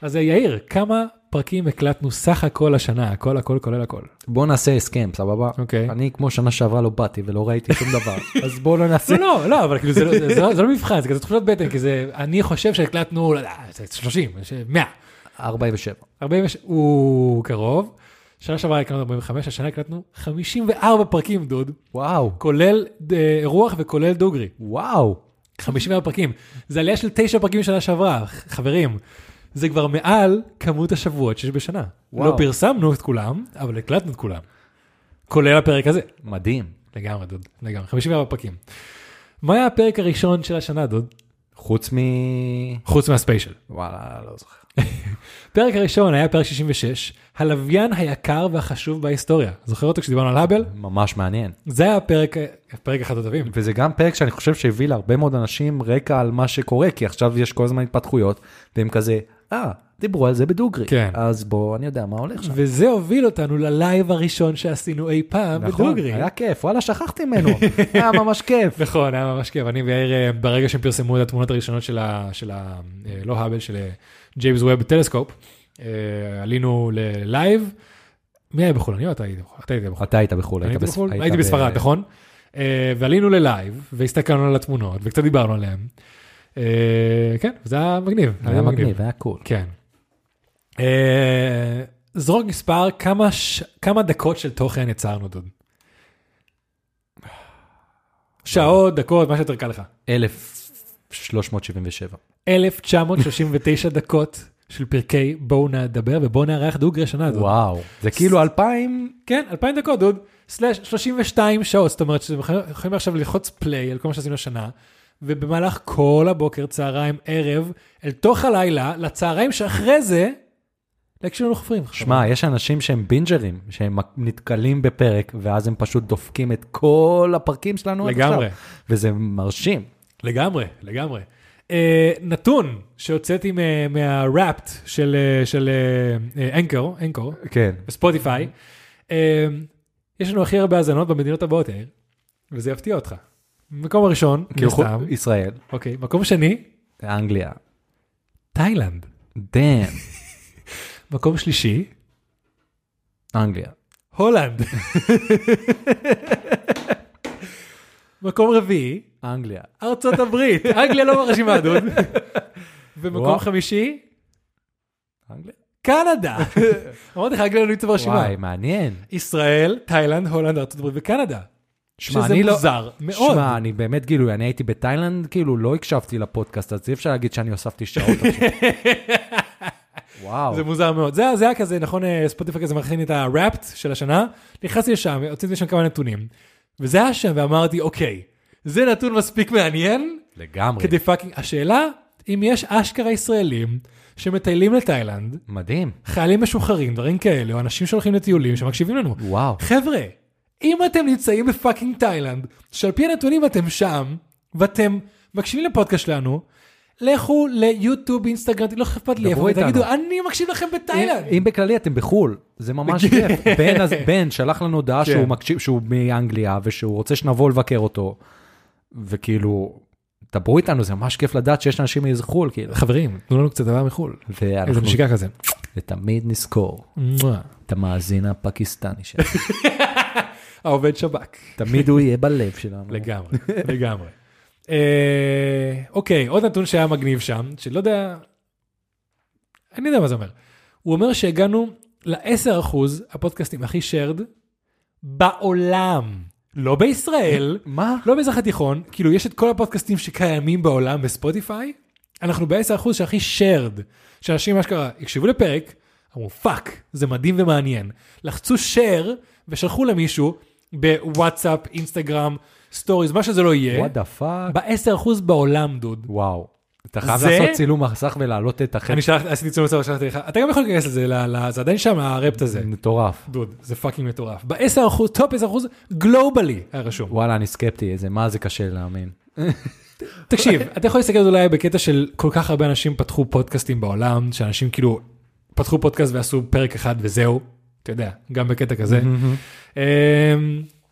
[SPEAKER 1] אז אה, יאיר, כמה פרקים הקלטנו סך הכל השנה, הכל, הכל, כולל הכל.
[SPEAKER 2] בוא נעשה הסכם, סבבה?
[SPEAKER 1] אוקיי.
[SPEAKER 2] אני כמו שנה שעברה לא באתי ולא ראיתי שום דבר, אז בואו לא נעשה...
[SPEAKER 1] לא, לא, לא, אבל כאילו זה לא- זה לא- זה לא מבחן, זה כזה תחושת בטן, כי זה, אני חושב שהקלטנו, לא יודע, זה 30, ש- 100.
[SPEAKER 2] 47.
[SPEAKER 1] 46, הוא קרוב. שנה שעברה הקלטנו 45, השנה הקלטנו 54 פרקים, דוד,
[SPEAKER 2] וואו,
[SPEAKER 1] כולל אה, רוח וכולל דוגרי.
[SPEAKER 2] וואו.
[SPEAKER 1] 54 פרקים. זה עלייה של 9 פרקים משנה שעברה, ח- חברים. זה כבר מעל כמות השבועות שיש בשנה.
[SPEAKER 2] וואו.
[SPEAKER 1] לא פרסמנו את כולם, אבל הקלטנו את כולם. כולל הפרק הזה.
[SPEAKER 2] מדהים.
[SPEAKER 1] לגמרי, דוד, לגמרי. 54 פרקים. מה היה הפרק הראשון של השנה, דוד?
[SPEAKER 2] חוץ מ...
[SPEAKER 1] חוץ מהספיישל.
[SPEAKER 2] וואלה, לא זוכר.
[SPEAKER 1] הפרק הראשון היה פרק 66, הלוויין היקר והחשוב בהיסטוריה. זוכר אותו כשדיברנו על האבל?
[SPEAKER 2] ממש מעניין.
[SPEAKER 1] זה היה הפרק, הפרק אחד הטובים.
[SPEAKER 2] וזה גם פרק שאני חושב שהביא להרבה מאוד אנשים רקע על מה שקורה, כי עכשיו יש כל הזמן התפתחויות, והם כזה, אה, דיברו על זה בדוגרי.
[SPEAKER 1] כן.
[SPEAKER 2] אז בוא, אני יודע מה הולך שם.
[SPEAKER 1] וזה הוביל אותנו ללייב הראשון שעשינו אי פעם בדוגרי.
[SPEAKER 2] נכון, היה כיף, וואלה, שכחתי ממנו. היה ממש כיף.
[SPEAKER 1] נכון, היה ממש כיף. אני ויאיר, אה, ברגע שהם פרסמו את התמונות הראשונות של ה... של ה אה, לא האבל, של אה, ג'יימס ווב טלסקופ, אה, עלינו ללייב. מי היה בחו"ל? אני או אתה היית בחו"ל? אתה היית בחו"ל.
[SPEAKER 2] אתה היית בחו"ל,
[SPEAKER 1] אני
[SPEAKER 2] לא, היית
[SPEAKER 1] הייתי בחו"ל? הייתי
[SPEAKER 2] בס- היית ב-
[SPEAKER 1] בספרד, נכון? אה, ועלינו ללייב, והסתכלנו על התמונות, וקצת דיברנו עליהן. אה, כן, זה היה מגניב.
[SPEAKER 2] היה מגניב, היה קול.
[SPEAKER 1] כן. אה, זרוק מספר, כמה, ש... כמה דקות של תוכן יצרנו, דוד? שעות, דקות, מה שיותר קל לך.
[SPEAKER 2] 1377.
[SPEAKER 1] 1939 דקות של פרקי בואו נדבר ובואו נארח דוגרי השנה, דוד.
[SPEAKER 2] וואו. זה כאילו 2000,
[SPEAKER 1] כן, 2,000 דקות, דוד, סלאש 32 שעות, זאת אומרת שאתם יכולים יכולים עכשיו ללחוץ פליי על כל מה שעשינו השנה, ובמהלך כל הבוקר, צהריים, ערב, אל תוך הלילה, לצהריים שאחרי זה, להקשיב לנו חופרים.
[SPEAKER 2] שמע, יש אנשים שהם בינג'רים, שהם נתקלים בפרק, ואז הם פשוט דופקים את כל הפרקים שלנו עד
[SPEAKER 1] לגמרי.
[SPEAKER 2] עכשיו. וזה מרשים.
[SPEAKER 1] לגמרי, לגמרי. Uh, נתון שהוצאתי מה- מהראפט של, אה, של אנקור, אנקור,
[SPEAKER 2] כן.
[SPEAKER 1] בספוטיפיי, uh, יש לנו הכי הרבה האזנות במדינות הבאות, יאיר, וזה יפתיע אותך. מקום הראשון, מן
[SPEAKER 2] כאילו, חו-
[SPEAKER 1] הסתם,
[SPEAKER 2] ישראל,
[SPEAKER 1] אוקיי, מקום שני,
[SPEAKER 2] אנגליה.
[SPEAKER 1] תאילנד.
[SPEAKER 2] דאם,
[SPEAKER 1] מקום שלישי,
[SPEAKER 2] אנגליה.
[SPEAKER 1] הולנד. מקום רביעי,
[SPEAKER 2] אנגליה.
[SPEAKER 1] ארצות הברית. אנגליה לא ברשימה, דוד. ומקום
[SPEAKER 2] וואו.
[SPEAKER 1] חמישי,
[SPEAKER 2] אנגליה.
[SPEAKER 1] קנדה. אמרתי לך, אנגליה לא נמצא ברשימה.
[SPEAKER 2] וואי, מעניין.
[SPEAKER 1] ישראל, תאילנד, הולנד, ארצות הברית וקנדה.
[SPEAKER 2] שמע,
[SPEAKER 1] שזה
[SPEAKER 2] אני לא-
[SPEAKER 1] מוזר מאוד.
[SPEAKER 2] שמע, אני באמת, כאילו, אני הייתי בתאילנד, כאילו, לא הקשבתי לפודקאסט, אז אי אפשר להגיד שאני הוספתי שעות עכשיו. וואו.
[SPEAKER 1] זה מוזר מאוד. זה זה היה כזה, נכון, אה, ספוטיפיי כזה מכין את הראפט של השנה. נכנסתי לשם, הוצאתי משם כמה נתונים. וזה היה שם, ואמרתי, אוקיי, זה נתון מספיק מעניין,
[SPEAKER 2] אוקיי. לגמרי.
[SPEAKER 1] כדי פאקינג... השאלה, אם יש אשכרה ישראלים שמטיילים לתאילנד,
[SPEAKER 2] מדהים.
[SPEAKER 1] חיילים משוחררים, דברים כאלה, או אנשים שהולכים לטיולים שמקשיבים לנו.
[SPEAKER 2] וואו.
[SPEAKER 1] חבר'ה, אם אתם נמצאים בפאקינג תאילנד, שעל פי הנתונים אתם שם, ואתם מקשיבים לפודקאסט שלנו, לכו ליוטיוב, אינסטגרם, לא אכפת לי
[SPEAKER 2] דברו
[SPEAKER 1] איפה, תגידו,
[SPEAKER 2] איתנו.
[SPEAKER 1] אני מקשיב לכם בתאילנד.
[SPEAKER 2] אם אם בכללי אתם בחו"ל, זה ממש כיף. בן, אז- בן שלח לנו הודעה
[SPEAKER 1] כן.
[SPEAKER 2] שהוא מקשיב, שהוא מאנגליה, ושהוא רוצה שנבוא לבקר אותו, וכאילו, דברו איתנו, זה ממש כיף לדעת שיש אנשים מאיזה חו"ל, כאילו.
[SPEAKER 1] חברים, תנו לנו קצת דבר מחו"ל. איזה
[SPEAKER 2] ואנחנו
[SPEAKER 1] נשיקה כזה.
[SPEAKER 2] תמיד נזכור
[SPEAKER 1] מואה.
[SPEAKER 2] את המאזין הפקיסטני שלנו,
[SPEAKER 1] העובד שב"כ.
[SPEAKER 2] תמיד הוא יהיה בלב שלנו.
[SPEAKER 1] לגמרי, לגמרי. אה, אוקיי, עוד נתון שהיה מגניב שם, שלא יודע, אני יודע מה זה אומר. הוא אומר שהגענו ל-10% הפודקאסטים הכי shared בעולם, לא בישראל,
[SPEAKER 2] מה?
[SPEAKER 1] לא במזרח התיכון, כאילו יש את כל הפודקאסטים שקיימים בעולם בספוטיפיי, אנחנו ב-10% שהכי shared, שאנשים אשכרה הקשיבו לפרק, אמרו פאק, זה מדהים ומעניין. לחצו share ושלחו למישהו בוואטסאפ, אינסטגרם, סטוריז, מה שזה לא יהיה,
[SPEAKER 2] וואט דה פאק?
[SPEAKER 1] ב-10% בעולם דוד.
[SPEAKER 2] וואו. אתה חייב
[SPEAKER 1] זה-
[SPEAKER 2] לעשות צילום מסך ולהעלות את החלק.
[SPEAKER 1] אני שלחתי, עשיתי צילום מצב ושלחתי לך, אתה גם יכול להיכנס לזה, ל- ל- זה עדיין שם, הרפט הזה.
[SPEAKER 2] מטורף.
[SPEAKER 1] דוד, זה פאקינג מטורף. ב-10%, טופ 10% גלובלי, היה רשום.
[SPEAKER 2] וואלה, אני סקפטי, זה מה זה קשה להאמין.
[SPEAKER 1] תקשיב, אתה יכול להסתכל על זה אולי בקטע של כל כך הרבה אנשים פתחו פודקאסטים בעולם, שאנשים כאילו פתחו פודקאסט ועשו פרק אחד וזהו, אתה יודע, גם בקטע כזה. אמ,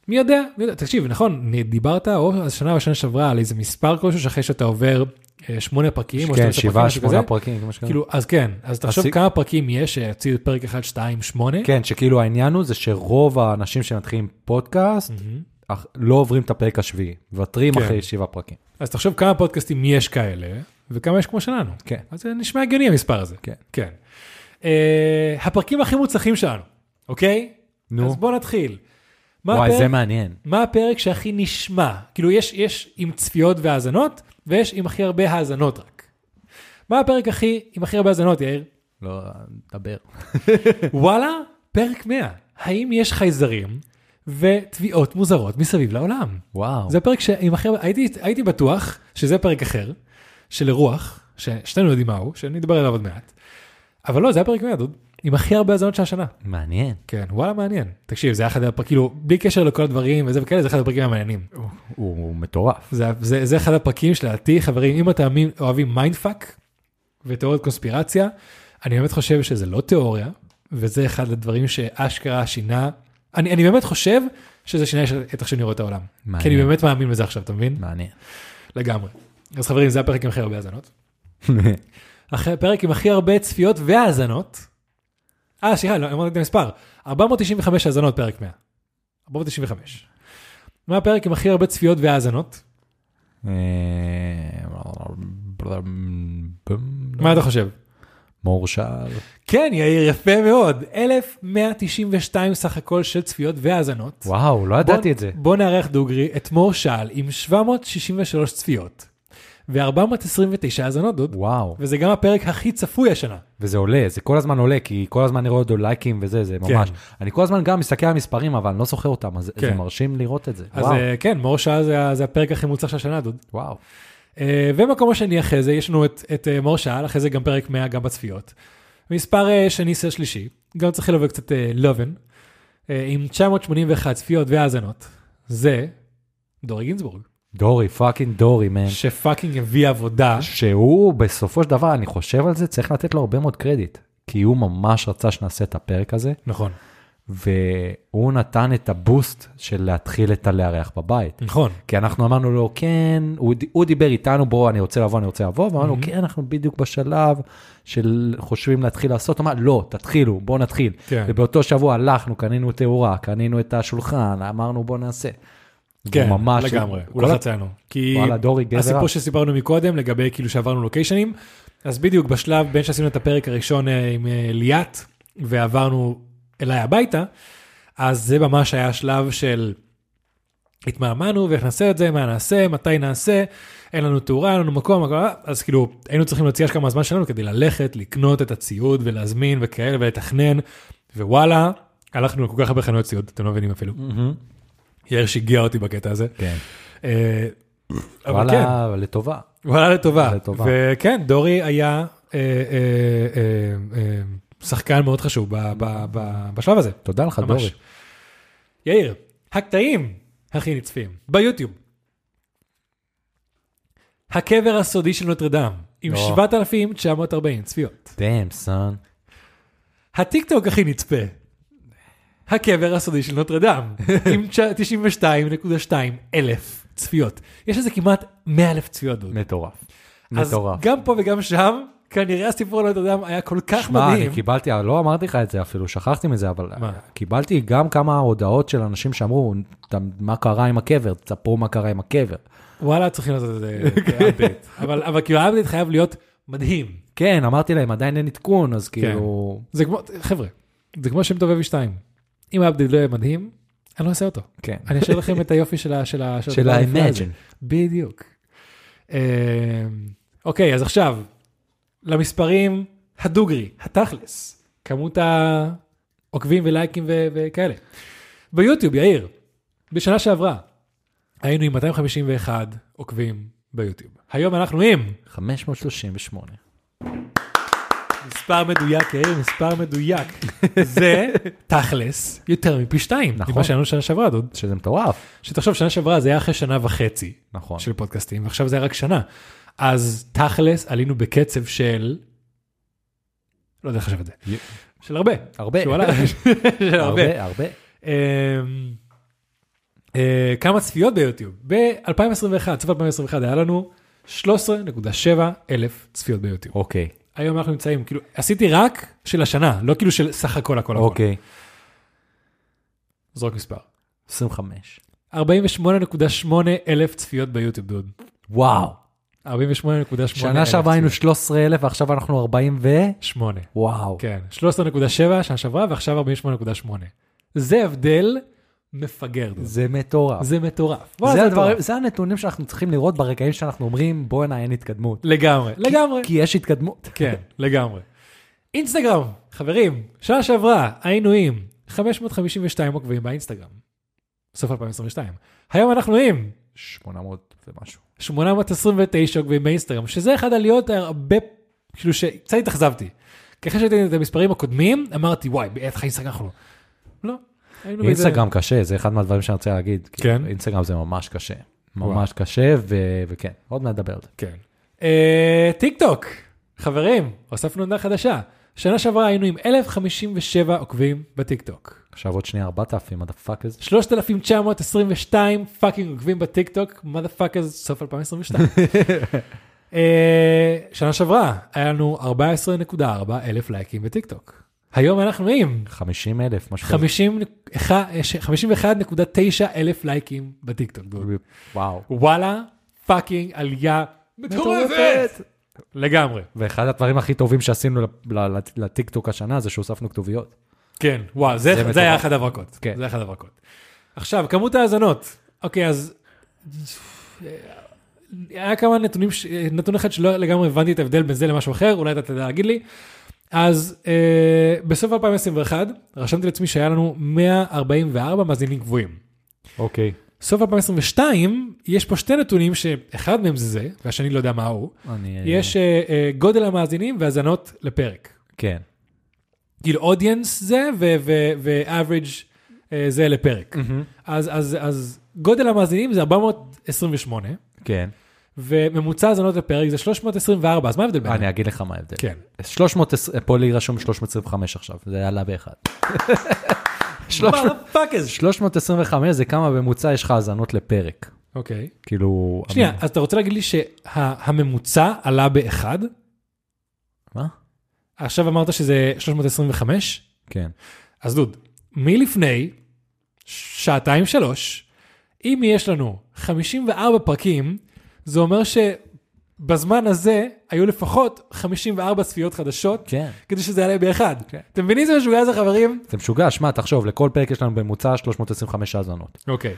[SPEAKER 1] מי יודע, מי יודע, תקשיב, נכון, דיברת או השנה או השנה שעברה על איזה מספר כלשהו שאחרי שאתה עובר אה, שמונה פרקים או 12
[SPEAKER 2] כן,
[SPEAKER 1] פרקים,
[SPEAKER 2] שבעה,
[SPEAKER 1] משהו כזה,
[SPEAKER 2] שמונה פרקים, כמו שקרה.
[SPEAKER 1] כאילו, אז כן, אז תחשוב
[SPEAKER 2] הסיג-
[SPEAKER 1] כמה פרקים יש שיוציא פרק 1, 2, 8.
[SPEAKER 2] כן, שכאילו העניין הוא זה שרוב האנשים שמתחילים פודקאסט, אך- לא עוברים את הפרק השביעי, מוותרים
[SPEAKER 1] כן.
[SPEAKER 2] אחרי שבעה פרקים.
[SPEAKER 1] אז תחשוב כמה פודקאסטים יש כאלה, וכמה יש כמו שלנו.
[SPEAKER 2] כן.
[SPEAKER 1] אז זה נשמע הגיוני המספר הזה.
[SPEAKER 2] כן.
[SPEAKER 1] כן. אה, הפרקים הכי מוצלחים שלנו, אוקיי?
[SPEAKER 2] נו.
[SPEAKER 1] אז בוא נתחיל. מה,
[SPEAKER 2] וואי,
[SPEAKER 1] הפרק,
[SPEAKER 2] זה מעניין.
[SPEAKER 1] מה הפרק שהכי נשמע? כאילו, יש, יש עם צפיות והאזנות, ויש עם הכי הרבה האזנות רק. מה הפרק הכי, עם הכי הרבה האזנות, יאיר?
[SPEAKER 2] לא, דבר.
[SPEAKER 1] וואלה, פרק 100. האם יש חייזרים ותביעות מוזרות מסביב לעולם?
[SPEAKER 2] וואו.
[SPEAKER 1] זה פרק שעם אחר, הייתי, הייתי בטוח שזה פרק אחר, של רוח, ששנינו יודעים מה הוא, שנדבר עליו עוד מעט. אבל לא, זה היה פרק מאה, דוד, עם הכי הרבה האזנות של השנה.
[SPEAKER 2] מעניין.
[SPEAKER 1] כן, וואלה, מעניין. תקשיב, זה היה אחד הפרקים, כאילו, בלי קשר לכל הדברים וזה וכאלה, זה אחד הפרקים המעניינים.
[SPEAKER 2] הוא מטורף.
[SPEAKER 1] זה, זה, זה אחד הפרקים שלדעתי, חברים, אם אתם מי- אוהבים מיינדפאק ותיאוריות קונספירציה, אני באמת חושב שזה לא תיאוריה, וזה אחד הדברים שאשכרה שינה. אני, אני באמת חושב שזה שינה את איך שנראה את העולם. כי אני
[SPEAKER 2] מעניין.
[SPEAKER 1] באמת מאמין בזה עכשיו, אתה מבין?
[SPEAKER 2] מעניין.
[SPEAKER 1] לגמרי. אז חברים, זה הפרק עם הכי הרבה האזנות. אחרי הפרק עם הכי הרבה צפיות והאזנות. אה, סליחה, לא אמרתי את המספר. 495 האזנות, פרק 100. 495. מה הפרק עם הכי הרבה צפיות והאזנות?
[SPEAKER 2] אה,
[SPEAKER 1] מה אתה חושב?
[SPEAKER 2] מור שעל.
[SPEAKER 1] כן, יאיר, יפה מאוד. 1,192 סך הכל של צפיות והאזנות.
[SPEAKER 2] וואו, לא
[SPEAKER 1] בוא-
[SPEAKER 2] ידעתי את זה.
[SPEAKER 1] בוא נארח דוגרי את מור שעל עם 763 צפיות ו-429 האזנות, דוד.
[SPEAKER 2] וואו.
[SPEAKER 1] וזה גם הפרק הכי צפוי השנה.
[SPEAKER 2] וזה עולה, זה כל הזמן עולה, כי כל הזמן נראה עוד לייקים וזה, זה ממש. אני כל הזמן גם מסתכל על המספרים, אבל אני לא זוכר אותם, אז זה
[SPEAKER 1] כן.
[SPEAKER 2] מרשים לראות את זה.
[SPEAKER 1] אז
[SPEAKER 2] וואו,
[SPEAKER 1] אה, כן, מור שעה זה ה- זה הפרק הכי מוצלח של השנה, דוד.
[SPEAKER 2] וואו.
[SPEAKER 1] אה, ומקום השני אחרי זה, יש לנו את- את אה, מור שעה, אחרי זה גם פרק 100, גם בצפיות. מספר אה, שני, סר שלישי, גם צריך לבוא קצת אה, לובן, אה, עם 981 צפיות והאזנות. זה דורי גינזבורג,
[SPEAKER 2] דורי, פאקינג דורי, מן.
[SPEAKER 1] שפאקינג הביא עבודה.
[SPEAKER 2] שהוא בסופו של דבר, אני חושב על זה, צריך לתת לו הרבה מאוד קרדיט. כי הוא ממש רצה שנעשה את הפרק הזה,
[SPEAKER 1] נכון,
[SPEAKER 2] והוא נתן את הבוסט של להתחיל את הלארח בבית.
[SPEAKER 1] נכון.
[SPEAKER 2] כי אנחנו אמרנו לו, כן, הוא, ד- הוא דיבר איתנו, בוא, אני רוצה לבוא, אני רוצה לבוא, ואמרנו,
[SPEAKER 1] Mhm.
[SPEAKER 2] כן, אנחנו בדיוק בשלב של חושבים להתחיל לעשות, הוא אמר, לא, תתחילו, בוא נתחיל.
[SPEAKER 1] כן.
[SPEAKER 2] ובאותו שבוע הלכנו, קנינו תאורה, קנינו את השולחן, אמרנו, בוא נעשה.
[SPEAKER 1] כן,
[SPEAKER 2] הוא ממש-
[SPEAKER 1] לגמרי, הוא
[SPEAKER 2] כל ה-
[SPEAKER 1] לחץ עלינו. כי
[SPEAKER 2] וואלה, דורי, גבר
[SPEAKER 1] הסיפור
[SPEAKER 2] רע.
[SPEAKER 1] שסיפרנו מקודם לגבי כאילו שעברנו לוקיישנים, אז בדיוק בשלב בין שעשינו את הפרק הראשון אה, עם אה, ליאת ועברנו אליי הביתה, אז זה ממש היה שלב של התמהמהנו ואיך נעשה את זה, מה נעשה, מתי נעשה, אין לנו תאורה, אין לנו מקום, הכל- אז כאילו היינו צריכים להוציא אשכרה מהזמן שלנו כדי ללכת, לקנות את הציוד ולהזמין וכאלה ולתכנן, ווואלה, הלכנו לכל כך הרבה חנויות ציוד, אתם לא מבינים אפילו.
[SPEAKER 2] Mm.
[SPEAKER 1] יאיר שיגע אותי בקטע הזה.
[SPEAKER 2] כן.
[SPEAKER 1] אה, אבל כן,
[SPEAKER 2] וואלה, אבל לטובה.
[SPEAKER 1] וואלה לטובה.
[SPEAKER 2] לטובה.
[SPEAKER 1] וכן, דורי היה אה, אה, אה, אה, שחקן מאוד חשוב ב- ב- ב- בשלב הזה.
[SPEAKER 2] תודה לך,
[SPEAKER 1] ממש.
[SPEAKER 2] דורי.
[SPEAKER 1] יאיר, הקטעים הכי נצפים ביוטיוב. הקבר הסודי של נוטרדם, עם
[SPEAKER 2] לא.
[SPEAKER 1] 7,940 צפיות.
[SPEAKER 2] דאם, סאן.
[SPEAKER 1] הטיקטוק הכי נצפה. הקבר הסודי של נוטרדם, עם 92.2 אלף צפיות. יש לזה כמעט 100 אלף צפיות. דוד.
[SPEAKER 2] מטורף.
[SPEAKER 1] אז
[SPEAKER 2] מטורף.
[SPEAKER 1] גם פה וגם שם, כנראה הסיפור על נוטרדם היה כל כך
[SPEAKER 2] שמע, אני
[SPEAKER 1] מדהים.
[SPEAKER 2] קיבלתי, לא אמרתי לך את זה אפילו, שכחתי מזה, אבל
[SPEAKER 1] מה?
[SPEAKER 2] קיבלתי גם כמה הודעות של אנשים שאמרו, "ת- מה קרה עם הקבר? תספרו מה קרה עם הקבר.
[SPEAKER 1] וואלה, צריכים לעשות איזה update. אבל אבל כאילו האפדייט חייב להיות מדהים.
[SPEAKER 2] כן, אמרתי להם, עדיין אין עדכון,
[SPEAKER 1] כן.
[SPEAKER 2] אז כאילו...
[SPEAKER 1] זה כמו, חבר'ה, זה כמו שם טוב אבי 2. אם האפדייט לא יהיה מדהים, אני לא אעשה אותו.
[SPEAKER 2] כן.
[SPEAKER 1] אני אשאיר לכם את היופי של ה... של ה...
[SPEAKER 2] של
[SPEAKER 1] הדבר הנפלא הזה.
[SPEAKER 2] ה-Imagine.
[SPEAKER 1] בדיוק. אמ, אוקיי, אז עכשיו, למספרים הדוגרי, התכלס, כמות העוקבים ולייקים ו- וכאלה. ביוטיוב, יאיר, בשנה שעברה היינו עם 251 עוקבים ביוטיוב. היום אנחנו עם
[SPEAKER 2] 538.
[SPEAKER 1] מספר מדויק, יאיר, מספר מדויק. זה תכלס יותר מפי שתיים,
[SPEAKER 2] נכון.
[SPEAKER 1] ממה שהיה לנו שנה שעברה, דוד.
[SPEAKER 2] שזה מטורף.
[SPEAKER 1] שתחשוב, שנה שעברה זה היה אחרי שנה וחצי.
[SPEAKER 2] נכון.
[SPEAKER 1] של פודקאסטים, ועכשיו זה היה רק שנה. אז תכלס, עלינו בקצב של... לא יודע איך לחשב את זה.
[SPEAKER 2] י-
[SPEAKER 1] של הרבה.
[SPEAKER 2] הרבה.
[SPEAKER 1] שהוא עלה- של הרבה.
[SPEAKER 2] הרבה, הרבה.
[SPEAKER 1] אמ, אה, כמה צפיות ביוטיוב? ב-2021, סוף 2021 היה לנו 13.7 אלף צפיות ביוטיוב.
[SPEAKER 2] אוקיי,
[SPEAKER 1] היום אנחנו נמצאים, כאילו, עשיתי רק של השנה, לא כאילו של סך הכל הכל הכל.
[SPEAKER 2] אוקיי.
[SPEAKER 1] זרוק מספר.
[SPEAKER 2] 25.
[SPEAKER 1] 48.8 אלף צפיות ביוטיוב, דוד.
[SPEAKER 2] וואו.
[SPEAKER 1] 48.8 אלף צפיות.
[SPEAKER 2] שנה שעברה היינו 13,000 ועכשיו אנחנו 40 ו...
[SPEAKER 1] שמונה.
[SPEAKER 2] וואו.
[SPEAKER 1] כן, 13.7 שנה שעברה ועכשיו 48.8. זה הבדל מפגר. דוד.
[SPEAKER 2] זה מטורף.
[SPEAKER 1] זה מטורף. וואלה,
[SPEAKER 2] זה, הדבר,
[SPEAKER 1] מטורף.
[SPEAKER 2] זה הנתונים שאנחנו צריכים לראות ברגעים שאנחנו אומרים, בואנה, אין התקדמות.
[SPEAKER 1] לגמרי, לגמרי.
[SPEAKER 2] כי יש התקדמות.
[SPEAKER 1] כן, לגמרי. אינסטגרם, חברים, שנה שעברה היינו עם 552 עוקבים באינסטגרם. סוף 2022. היום אנחנו עם
[SPEAKER 2] 800 ומשהו.
[SPEAKER 1] 829 עוקבים באינסטגרם, שזה אחד העליות הרבה, כאילו שקצת התאכזבתי. כי אחרי שראיתי את המספרים הקודמים, אמרתי, וואי, איך אינסטגרם אנחנו... לא. היינו באיזה-
[SPEAKER 2] אינסטגרם קשה, זה אחד מהדברים שאני רוצה להגיד. כי
[SPEAKER 1] כן.
[SPEAKER 2] אינסטגרם זה ממש קשה.
[SPEAKER 1] וואו.
[SPEAKER 2] ממש קשה, ו- וכן, עוד מעט נדבר על זה.
[SPEAKER 1] כן. אה, טיק טוק, חברים, הוספנו עונה חדשה. שנה שעברה היינו עם 1,057 עוקבים בטיק טוק.
[SPEAKER 2] עכשיו עוד שנייה 4,000, מה דה פאק הזה?
[SPEAKER 1] 3,922 פאקינג עוקבים בטיק טוק, מה סוף 2022. אה, שנה שעברה היה לנו 14.4 אלף לייקים בטיק טוק. היום אנחנו עם
[SPEAKER 2] 50,000, משהו
[SPEAKER 1] 50 51.9 אלף לייקים בטיק טוק.
[SPEAKER 2] כזה. וואו.
[SPEAKER 1] וואלה, פאקינג עלייה מטורפת. לגמרי.
[SPEAKER 2] ואחד הדברים הכי טובים שעשינו ל- ל- לט- לטיקטוק השנה זה שהוספנו כתוביות.
[SPEAKER 1] כן, וואו, זה, זה,
[SPEAKER 2] מטורף.
[SPEAKER 1] זה היה אחד ההברקות.
[SPEAKER 2] כן.
[SPEAKER 1] כן. זה אחד ההברקות. עכשיו, כמות ההאזנות. אוקיי, אז... אה, היה כמה נתונים, ש... נתון אחד שלא לגמרי הבנתי את ההבדל בין זה למשהו אחר, אולי אתה תדע להגיד לי. אז אה, בסוף 2021, רשמתי לעצמי שהיה לנו 144 מאזינים קבועים.
[SPEAKER 2] אוקיי.
[SPEAKER 1] סוף 2022, יש פה שתי נתונים שאחד מהם זה זה, והשני לא יודע מה הוא.
[SPEAKER 2] אני...
[SPEAKER 1] יש אה, אה, גודל המאזינים והאזנות לפרק.
[SPEAKER 2] כן.
[SPEAKER 1] כאילו אודיאנס זה ו-average אה, זה לפרק. אז, אז, אז גודל המאזינים זה 428,
[SPEAKER 2] כן.
[SPEAKER 1] וממוצע האזנות לפרק זה 324, אז מה ההבדל ביניהם?
[SPEAKER 2] אני אגיד לך מה ההבדל.
[SPEAKER 1] כן.
[SPEAKER 2] 320, פה לי רשום 325 עכשיו, זה עלה באחד. שלוש-
[SPEAKER 1] פאקז.
[SPEAKER 2] 325 זה כמה בממוצע יש לך האזנות לפרק.
[SPEAKER 1] אוקיי.
[SPEAKER 2] כאילו...
[SPEAKER 1] שנייה,
[SPEAKER 2] המ-
[SPEAKER 1] אז אתה רוצה להגיד לי שהממוצע עלה באחד?
[SPEAKER 2] מה?
[SPEAKER 1] עכשיו אמרת שזה 325?
[SPEAKER 2] כן.
[SPEAKER 1] אז דוד, מלפני שעתיים שלוש, אם יש לנו 54 פרקים, זה אומר שבזמן הזה היו לפחות 54 צפיות חדשות,
[SPEAKER 2] כן.
[SPEAKER 1] כדי שזה יעלה באחד.
[SPEAKER 2] כן.
[SPEAKER 1] אתם מבינים איזה משוגע זה חברים?
[SPEAKER 2] זה משוגע, שמע, תחשוב, לכל פרק יש לנו בממוצע 325 האזנות.
[SPEAKER 1] אוקיי.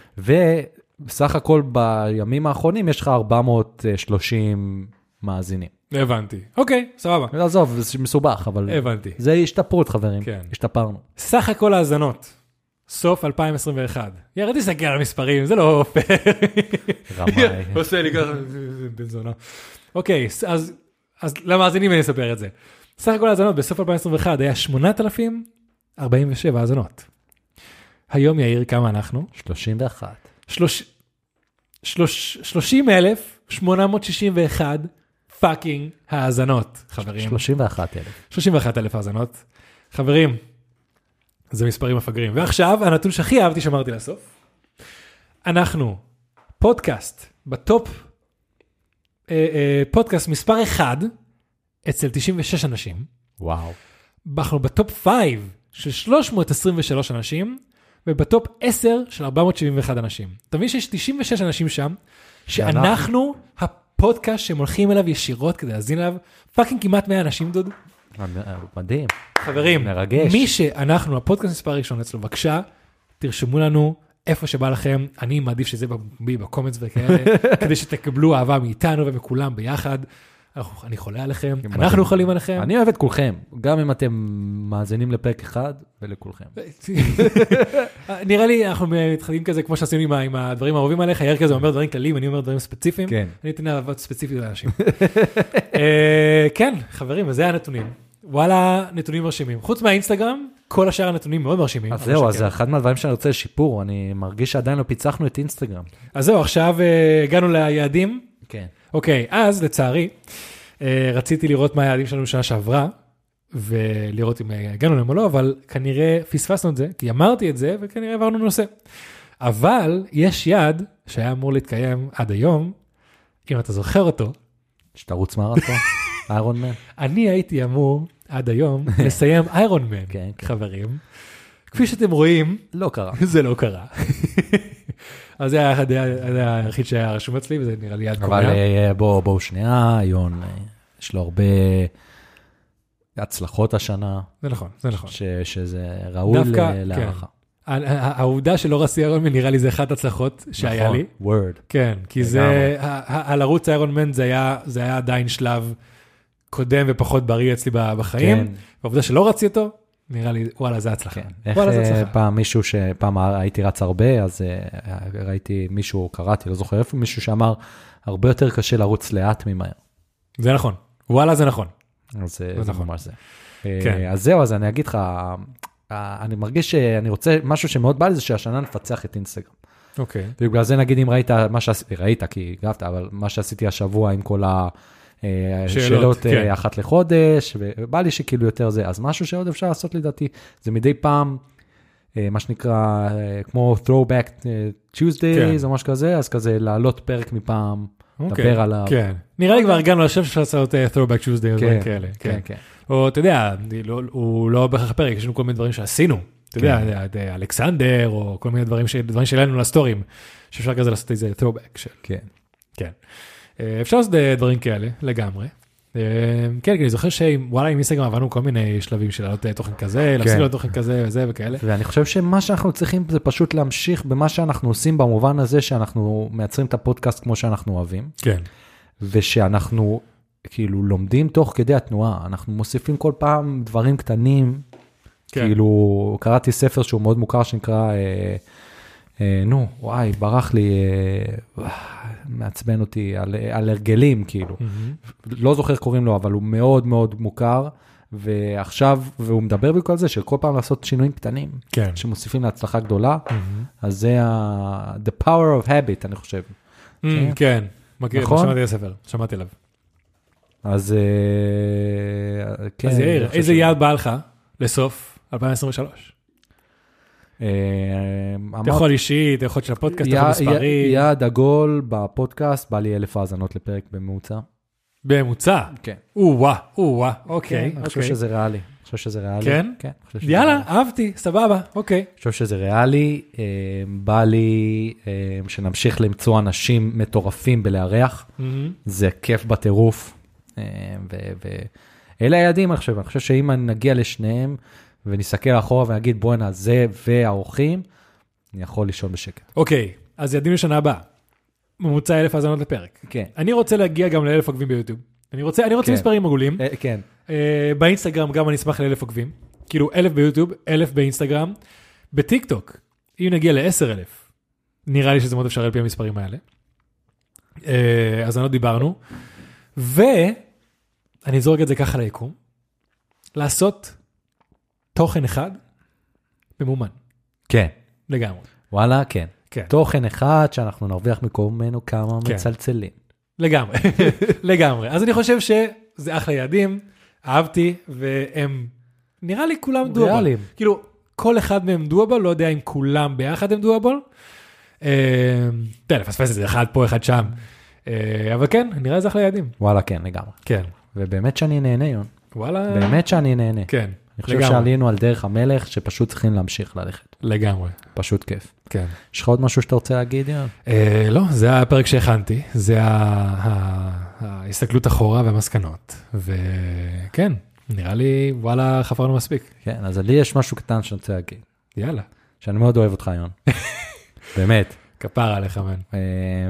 [SPEAKER 2] וסך הכל בימים האחרונים יש לך 430 מאזינים.
[SPEAKER 1] הבנתי. אוקיי, סבבה.
[SPEAKER 2] עזוב, זה מסובך, אבל...
[SPEAKER 1] הבנתי.
[SPEAKER 2] זה השתפרות, חברים.
[SPEAKER 1] כן.
[SPEAKER 2] השתפרנו.
[SPEAKER 1] סך הכל האזנות, סוף 2021. יאללה, תסתכל על המספרים, זה לא פייר.
[SPEAKER 2] רמאי.
[SPEAKER 1] כן, עושה לי ככה, בן זונה. אוקיי, ס- אז, אז למאזינים אני אספר את זה. סך הכל האזנות בסוף 2021 היה 8,047 האזנות. היום יאיר, כמה אנחנו?
[SPEAKER 2] 31.
[SPEAKER 1] שלוש- שלוש- 30,861 פאקינג האזנות, חברים.
[SPEAKER 2] 31,000.
[SPEAKER 1] 31,000 האזנות. חברים, זה מספרים מפגרים. ועכשיו, הנתון שהכי אהבתי שאמרתי לסוף, אנחנו פודקאסט בטופ, אה, אה, פודקאסט מספר 1 אצל 96 אנשים,
[SPEAKER 2] וואו.
[SPEAKER 1] אנחנו בטופ 5 של 323 אנשים, ובטופ 10 של 471 אנשים. אתה מבין שיש 96 אנשים שם, שאנחנו הפודקאסט שהם הולכים אליו ישירות כדי להאזין אליו, פאקינג כמעט 100 אנשים, דוד.
[SPEAKER 2] אה, מדהים.
[SPEAKER 1] חברים,
[SPEAKER 2] מרגש.
[SPEAKER 1] מי שאנחנו, הפודקאסט מספר ראשון אצלו, בבקשה, תרשמו לנו איפה שבא לכם, אני מעדיף שזה בפומבי, בקומץ וכאלה, כדי שתקבלו אהבה מאיתנו ומכולם ביחד. אנחנו- אני חולה עליכם, אנחנו חולים עליכם.
[SPEAKER 2] אני אוהב את כולכם, גם אם אתם מאזינים לפרק אחד ולכולכם.
[SPEAKER 1] נראה לי אנחנו מתחילים כזה כמו שעשינו עם ה- עם הדברים האהובים עליך, יאיר כזה אומר דברים כלליים, אני אומר דברים ספציפיים.
[SPEAKER 2] כן.
[SPEAKER 1] אני אתן אהבות ספציפיות לאנשים. אה, כן, חברים, וזה הנתונים. וואלה, נתונים מרשימים. חוץ מהאינסטגרם, כל השאר הנתונים מאוד מרשימים.
[SPEAKER 2] אז
[SPEAKER 1] אבל
[SPEAKER 2] זהו, אז
[SPEAKER 1] שכן.
[SPEAKER 2] זה אחד מהדברים שאני רוצה לשיפור, אני מרגיש שעדיין לא פיצחנו את אינסטגרם.
[SPEAKER 1] אז זהו, עכשיו אה, הגענו ליעדים.
[SPEAKER 2] כן.
[SPEAKER 1] אוקיי, אז לצערי, אה, רציתי לראות מה היעדים שלנו שנה שעברה, ולראות אם אה, הגענו להם או לא, אבל כנראה פספסנו את זה, כי אמרתי את זה, וכנראה עברנו נושא. אבל יש יעד שהיה אמור להתקיים עד היום, אם אתה זוכר אותו,
[SPEAKER 2] שתרוץ מרתון, איירון מן.
[SPEAKER 1] אני הייתי אמור עד היום לסיים איירון מן,
[SPEAKER 2] כן, כן.
[SPEAKER 1] חברים. כפי שאתם רואים,
[SPEAKER 2] לא קרה.
[SPEAKER 1] זה לא קרה. אז זה היה אחד- זה היה היחיד שהיה רשום אצלי, וזה נראה לי יעד קומיה.
[SPEAKER 2] אבל אה, בואו בואו שנייה, יון, אה, יש לו הרבה הצלחות השנה,
[SPEAKER 1] זה נכון, זה נכון.
[SPEAKER 2] ש- שזה ראוי ל-
[SPEAKER 1] דווקא, כן.
[SPEAKER 2] להערכה.
[SPEAKER 1] ה- ה- העובדה שלא רסי איירון מן נראה לי זה אחת ההצלחות שהיה
[SPEAKER 2] נכון.
[SPEAKER 1] לי.
[SPEAKER 2] וורד.
[SPEAKER 1] כן, כי זה,
[SPEAKER 2] לגמרי.
[SPEAKER 1] ה- ה- על ערוץ איירון מן זה היה- זה היה עדיין שלב קודם ופחות בריא אצלי ב- בחיים.
[SPEAKER 2] כן.
[SPEAKER 1] והעובדה שלא רצי אותו, נראה לי, וואלה, זה הצלחה.
[SPEAKER 2] כן. איך
[SPEAKER 1] וואלה, זה
[SPEAKER 2] אה,
[SPEAKER 1] הצלחה.
[SPEAKER 2] פעם מישהו שפעם הייתי רץ הרבה, אז אה, ראיתי מישהו, קראתי, לא זוכר איפה, מישהו שאמר, הרבה יותר קשה לרוץ לאט ממהר.
[SPEAKER 1] זה נכון, וואלה, זה נכון.
[SPEAKER 2] אז אה, זה-
[SPEAKER 1] זה
[SPEAKER 2] זה
[SPEAKER 1] נכון.
[SPEAKER 2] ממש זה.
[SPEAKER 1] כן.
[SPEAKER 2] אה, אז זהו, אז אני אגיד לך, אה, אני מרגיש שאני רוצה, משהו שמאוד בא לי זה שהשנה נפצח את אינסטגרם.
[SPEAKER 1] אוקיי.
[SPEAKER 2] ובגלל זה נגיד אם ראית מה שעשיתי, ראית כי הגבת, אבל מה שעשיתי השבוע עם כל
[SPEAKER 1] שאלות,
[SPEAKER 2] השאלות
[SPEAKER 1] כן.
[SPEAKER 2] כן. אחת לחודש, ובא לי שכאילו יותר זה, אז משהו שעוד אפשר לעשות לדעתי, זה מדי פעם, אה, מה שנקרא, אה, כמו throwback אה, Tuesdays
[SPEAKER 1] כן.
[SPEAKER 2] או משהו כזה, אז כזה להעלות פרק מפעם,
[SPEAKER 1] אוקיי.
[SPEAKER 2] דבר עליו.
[SPEAKER 1] כן. נראה לי כבר הגענו לשם שאפשר לעשות אה, throwback Tuesday או דברים כאלה.
[SPEAKER 2] כן, כן.
[SPEAKER 1] או אתה יודע, אני לא- הוא לא בהכרח פרק, יש לנו כל מיני דברים שעשינו. אתה יודע,
[SPEAKER 2] כן.
[SPEAKER 1] את, אה, אלכסנדר, או כל מיני דברים, ש- דברים שלנו לסטורים, שאפשר כזה לעשות איזה throwback של,
[SPEAKER 2] כן.
[SPEAKER 1] כן. אה, אפשר לעשות אה, דברים כאלה, לגמרי. אה, כן, כי אני זוכר שעם, וואלה, עם אינסטגרם עברנו כל מיני שלבים של לעלות אה, תוכן
[SPEAKER 2] כן.
[SPEAKER 1] כזה, להפסיק לעלות תוכן כזה וזה וכאלה.
[SPEAKER 2] ואני חושב שמה שאנחנו צריכים זה פשוט להמשיך במה שאנחנו עושים במובן הזה שאנחנו מייצרים את הפודקאסט כמו שאנחנו אוהבים.
[SPEAKER 1] כן.
[SPEAKER 2] ושאנחנו כאילו לומדים תוך כדי התנועה, אנחנו מוסיפים כל פעם דברים קטנים,
[SPEAKER 1] כן.
[SPEAKER 2] כן. כאילו קראתי ספר שהוא מאוד מוכר שנקרא, אה, אה, נו, וואי, ברח לי, אה, וואי, מעצבן אותי על, על הרגלים, כאילו.
[SPEAKER 1] Mm.
[SPEAKER 2] לא זוכר קוראים לו, אבל הוא מאוד מאוד מוכר, ועכשיו, והוא מדבר בדיוק על זה, שכל פעם לעשות שינויים קטנים,
[SPEAKER 1] כן.
[SPEAKER 2] שמוסיפים להצלחה גדולה, אז זה ה... The power of habit, אני חושב.
[SPEAKER 1] אה, כן. מכיר,
[SPEAKER 2] נכון?
[SPEAKER 1] שמעתי על הספר, שמעתי עליו.
[SPEAKER 2] אז אה, כן.
[SPEAKER 1] אז
[SPEAKER 2] אני
[SPEAKER 1] יאיר,
[SPEAKER 2] חושב
[SPEAKER 1] איזה
[SPEAKER 2] ש-
[SPEAKER 1] יעד בא לך לסוף 2023?
[SPEAKER 2] אה,
[SPEAKER 1] אתה
[SPEAKER 2] אמרתי,
[SPEAKER 1] יכול אישי, אתה יכול של הפודקאסט, אתה יכול
[SPEAKER 2] יע-
[SPEAKER 1] מספרי,
[SPEAKER 2] יע- יעד עגול בפודקאסט, בא לי אלף האזנות לפרק בממוצע.
[SPEAKER 1] בממוצע.
[SPEAKER 2] כן.
[SPEAKER 1] או-אה, או-אה, אוקיי,
[SPEAKER 2] אני חושב
[SPEAKER 1] אוקיי.
[SPEAKER 2] שזה לא ריאלי. אני חושב שזה ריאלי.
[SPEAKER 1] כן?
[SPEAKER 2] אני חושב שזה
[SPEAKER 1] יאללה,
[SPEAKER 2] ריאלי.
[SPEAKER 1] אהבתי, סבבה, אוקיי.
[SPEAKER 2] אני חושב שזה ריאלי. אה, בא לי אה, שנמשיך למצוא אנשים מטורפים בלארח. זה כיף בטירוף. אה, ו- ו- אלה היעדים, אני חושב. אני חושב שאם נגיע לשניהם ונסתכל אחורה ונגיד, בואנה, זה והאורחים, אני יכול לישון בשקט.
[SPEAKER 1] אוקיי, אז יעדים לשנה הבאה. ממוצע אלף האזנות לפרק.
[SPEAKER 2] כן.
[SPEAKER 1] אני רוצה להגיע גם לאלף עוקבים ביוטיוב. אני רוצה, אני רוצה
[SPEAKER 2] כן.
[SPEAKER 1] מספרים עגולים.
[SPEAKER 2] אה, כן.
[SPEAKER 1] אה, באינסטגרם גם אני אשמח לאלף עוקבים. כאילו אלף ביוטיוב, אלף באינסטגרם. בטיק טוק, אם נגיע לעשר אלף, נראה לי שזה מאוד אפשרי על פי המספרים האלה. אה, אז אני לא דיברנו. ואני אזורק את זה ככה ליקום. לעשות תוכן אחד ממומן,
[SPEAKER 2] כן.
[SPEAKER 1] לגמרי.
[SPEAKER 2] וואלה, כן.
[SPEAKER 1] כן.
[SPEAKER 2] תוכן אחד שאנחנו נרוויח מקומנו כמה
[SPEAKER 1] כן.
[SPEAKER 2] מצלצלים.
[SPEAKER 1] לגמרי, לגמרי. אז אני חושב שזה אחלה יעדים, אהבתי, והם, נראה לי כולם דואבל.
[SPEAKER 2] ריאליים.
[SPEAKER 1] כאילו, כל אחד מהם דואבל, לא יודע אם כולם ביחד הם דואבל. אה, תראה, לפספס את זה, אחד פה, אחד שם. אה, אבל כן, נראה זה אחלה יעדים.
[SPEAKER 2] וואלה, כן, לגמרי.
[SPEAKER 1] כן.
[SPEAKER 2] ובאמת שאני נהנה, יון.
[SPEAKER 1] וואלה.
[SPEAKER 2] באמת שאני נהנה.
[SPEAKER 1] אה. כן,
[SPEAKER 2] אני חושב
[SPEAKER 1] לגמרי.
[SPEAKER 2] שעלינו על דרך המלך, שפשוט צריכים להמשיך ללכת.
[SPEAKER 1] לגמרי,
[SPEAKER 2] פשוט כיף.
[SPEAKER 1] כן.
[SPEAKER 2] יש לך עוד משהו שאתה רוצה להגיד, יון?
[SPEAKER 1] אה, לא, זה הפרק שהכנתי, זה ה- ה- ההסתכלות אחורה והמסקנות, וכן, נראה לי, וואלה, חפרנו מספיק,
[SPEAKER 2] כן, אז לי יש משהו קטן שאני רוצה להגיד,
[SPEAKER 1] יאללה,
[SPEAKER 2] שאני מאוד אוהב אותך, יון. באמת.
[SPEAKER 1] כפרה עליך, מן.
[SPEAKER 2] אה,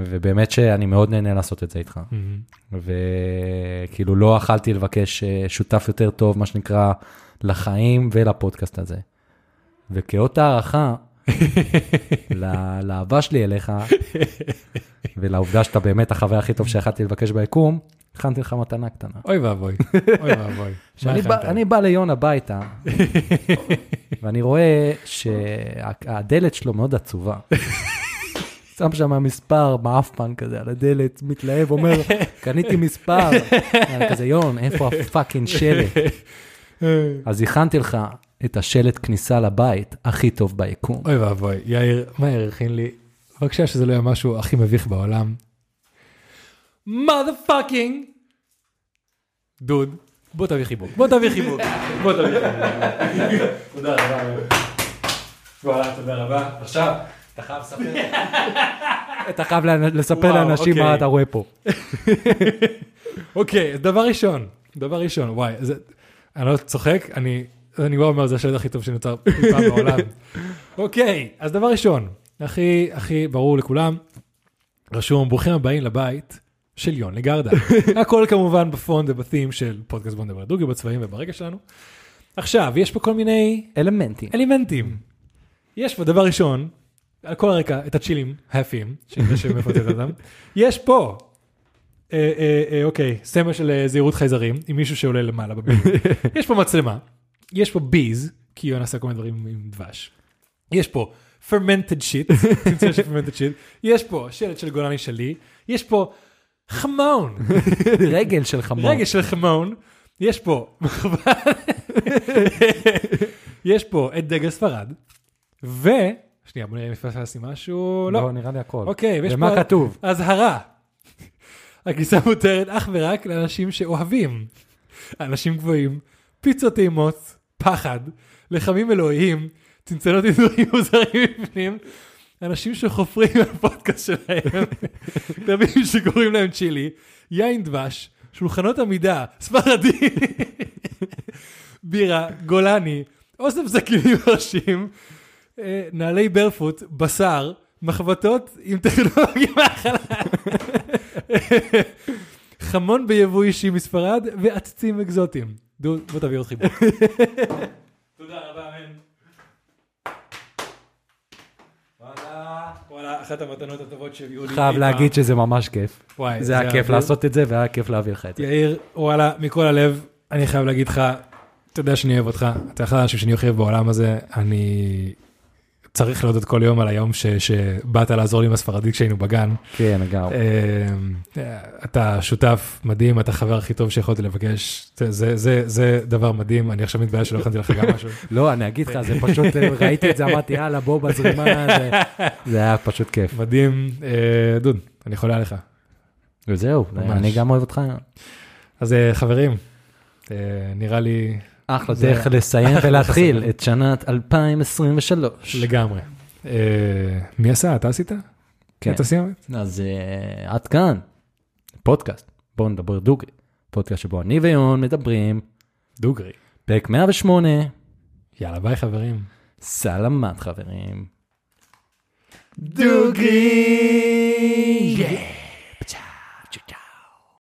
[SPEAKER 2] ובאמת שאני מאוד נהנה לעשות את זה איתך.
[SPEAKER 1] מהמם.
[SPEAKER 2] וכאילו לא אכלתי לבקש אה, שותף יותר טוב, מה שנקרא, לחיים ולפודקאסט הזה. וכאות הערכה ל- לאהבה שלי אליך, ולעובדה שאתה באמת החבר הכי טוב שיכלתי לבקש ביקום, הכנתי לך מתנה קטנה.
[SPEAKER 1] אוי ואבוי, אוי ואבוי.
[SPEAKER 2] שאני
[SPEAKER 1] מה
[SPEAKER 2] בא-
[SPEAKER 1] הכנת?
[SPEAKER 2] אני בא ליון הביתה, ואני רואה שהדלת שלו מאוד עצובה. שם שם מספר מעפן כזה על הדלת, מתלהב, אומר, קניתי מספר. אני כזה, יון, איפה הפאקינג שלט? אז הכנתי לך את השלט כניסה לבית הכי טוב ביקום.
[SPEAKER 1] אוי ואבוי, יאיר, מה יאיר הכין לי? בבקשה שזה לא יהיה משהו הכי מביך בעולם. motherfucking דוד, בוא תביא חיבוק, בוא תביא חיבוק, בוא תביא חיבוק. תודה רבה. וואלה, תודה רבה. עכשיו, אתה חייב לספר.
[SPEAKER 2] אתה חייב לאנ- לספר
[SPEAKER 1] וואו,
[SPEAKER 2] לאנשים
[SPEAKER 1] אוקיי.
[SPEAKER 2] מה אתה רואה פה.
[SPEAKER 1] אוקיי, אז דבר ראשון, דבר ראשון, וואי, זה, אני לא צוחק, אני, אני כבר אומר, זה השלט הכי טוב שנוצר אי פעם בעולם. אוקיי, אז דבר ראשון, הכי, הכי ברור לכולם, רשום, ברוכים הבאים לבית של יון לגרדה. הכל כמובן בפונט ובתים של פודקאסט בונדה ברדוגי, בצבעים וברגע שלנו. עכשיו, יש פה כל מיני
[SPEAKER 2] אלמנטים.
[SPEAKER 1] אלמנטים. יש פה, דבר ראשון, על כל הרקע, את הצ'ילים היפים, שזה שמפוצץ אותם. יש פה, אה, אה, אה, אוקיי, סמל של אה, זהירות חייזרים, עם מישהו שעולה למעלה בביוב. יש פה מצלמה, יש פה ביז, כי יונה עשה כל מיני דברים עם דבש. יש פה fermented shit, תמצא של fermented shit. יש פה שלט של גולני שלי, יש פה חמון,
[SPEAKER 2] רגל של חמור.
[SPEAKER 1] רגע של חמון, יש פה, יש פה את דגל ספרד, ו... שנייה, בוא נראה אם פספסתי משהו, לא.
[SPEAKER 2] לא, נראה לי הכל.
[SPEAKER 1] אוקיי, ויש
[SPEAKER 2] ומה
[SPEAKER 1] פה-
[SPEAKER 2] כתוב?
[SPEAKER 1] אזהרה. הכניסה מותרת אך ורק לאנשים שאוהבים. אנשים גבוהים, פיצות טעימות, פחד, לחמים אלוהיים, צנצנות עידורים מוזרים מבפנים, אנשים שחופרים על הפודקאסט שלהם, כלבים שקוראים להם צ'ילי, יין דבש, שולחנות עמידה, ספרדי, בירה, גולני, אוסף זקנים ראשים, אה, נעלי ברפוט, בשר, מחבטות עם טכנולוגיה מהחלל. חמון ביבוא אישי מספרד ועציצים אקזוטיים. דוד, בוא תביא עוד חיבור. תודה רבה, אמן. וואלה, וואלה, אחת המתנות הטובות שהביאו לי.
[SPEAKER 2] חייב
[SPEAKER 1] אי
[SPEAKER 2] להגיד שזה ממש כיף.
[SPEAKER 1] פעם. וואי,
[SPEAKER 2] אה, זה היה כיף לעשות את זה והיה כיף להביא לך את זה.
[SPEAKER 1] יאיר, וואלה, מכל הלב, אני חייב להגיד לך, אתה יודע שאני אוהב אותך, אתה אחד האנשים שאני הכי אוהב בעולם הזה, אני צריך להודות כל יום על היום ש- שבאת לעזור לי עם הספרדית כשהיינו בגן.
[SPEAKER 2] כן, לגמרי.
[SPEAKER 1] אה, אתה שותף מדהים, אתה החבר הכי טוב שיכולתי לבקש, זה- זה- זה- זה דבר מדהים, אני עכשיו מתבייש שלא הכנתי לך גם משהו.
[SPEAKER 2] לא, אני אגיד לך, זה פשוט, אה, ראיתי את זה, אמרתי, יאללה, בוא בזרימה, זה- זה היה פשוט כיף.
[SPEAKER 1] מדהים, אה, דוד, אני חולה עליך.
[SPEAKER 2] וזהו, אה,
[SPEAKER 1] ממש.
[SPEAKER 2] אני גם אוהב אותך.
[SPEAKER 1] אז אה, חברים, אה, נראה לי
[SPEAKER 2] אחלה
[SPEAKER 1] זה-
[SPEAKER 2] דרך לסיים ולהתחיל את שנת 2023.
[SPEAKER 1] לגמרי. אה, מי עשה? אתה עשית?
[SPEAKER 2] כן.
[SPEAKER 1] אתה סיימת?
[SPEAKER 2] אז אה, עד כאן, פודקאסט, בואו נדבר דוגרי. פודקאסט שבו אני ויון מדברים,
[SPEAKER 1] דוגרי.
[SPEAKER 2] פרק 108,
[SPEAKER 1] יאללה ביי חברים.
[SPEAKER 2] סלמת חברים. דוגרי! Yeah.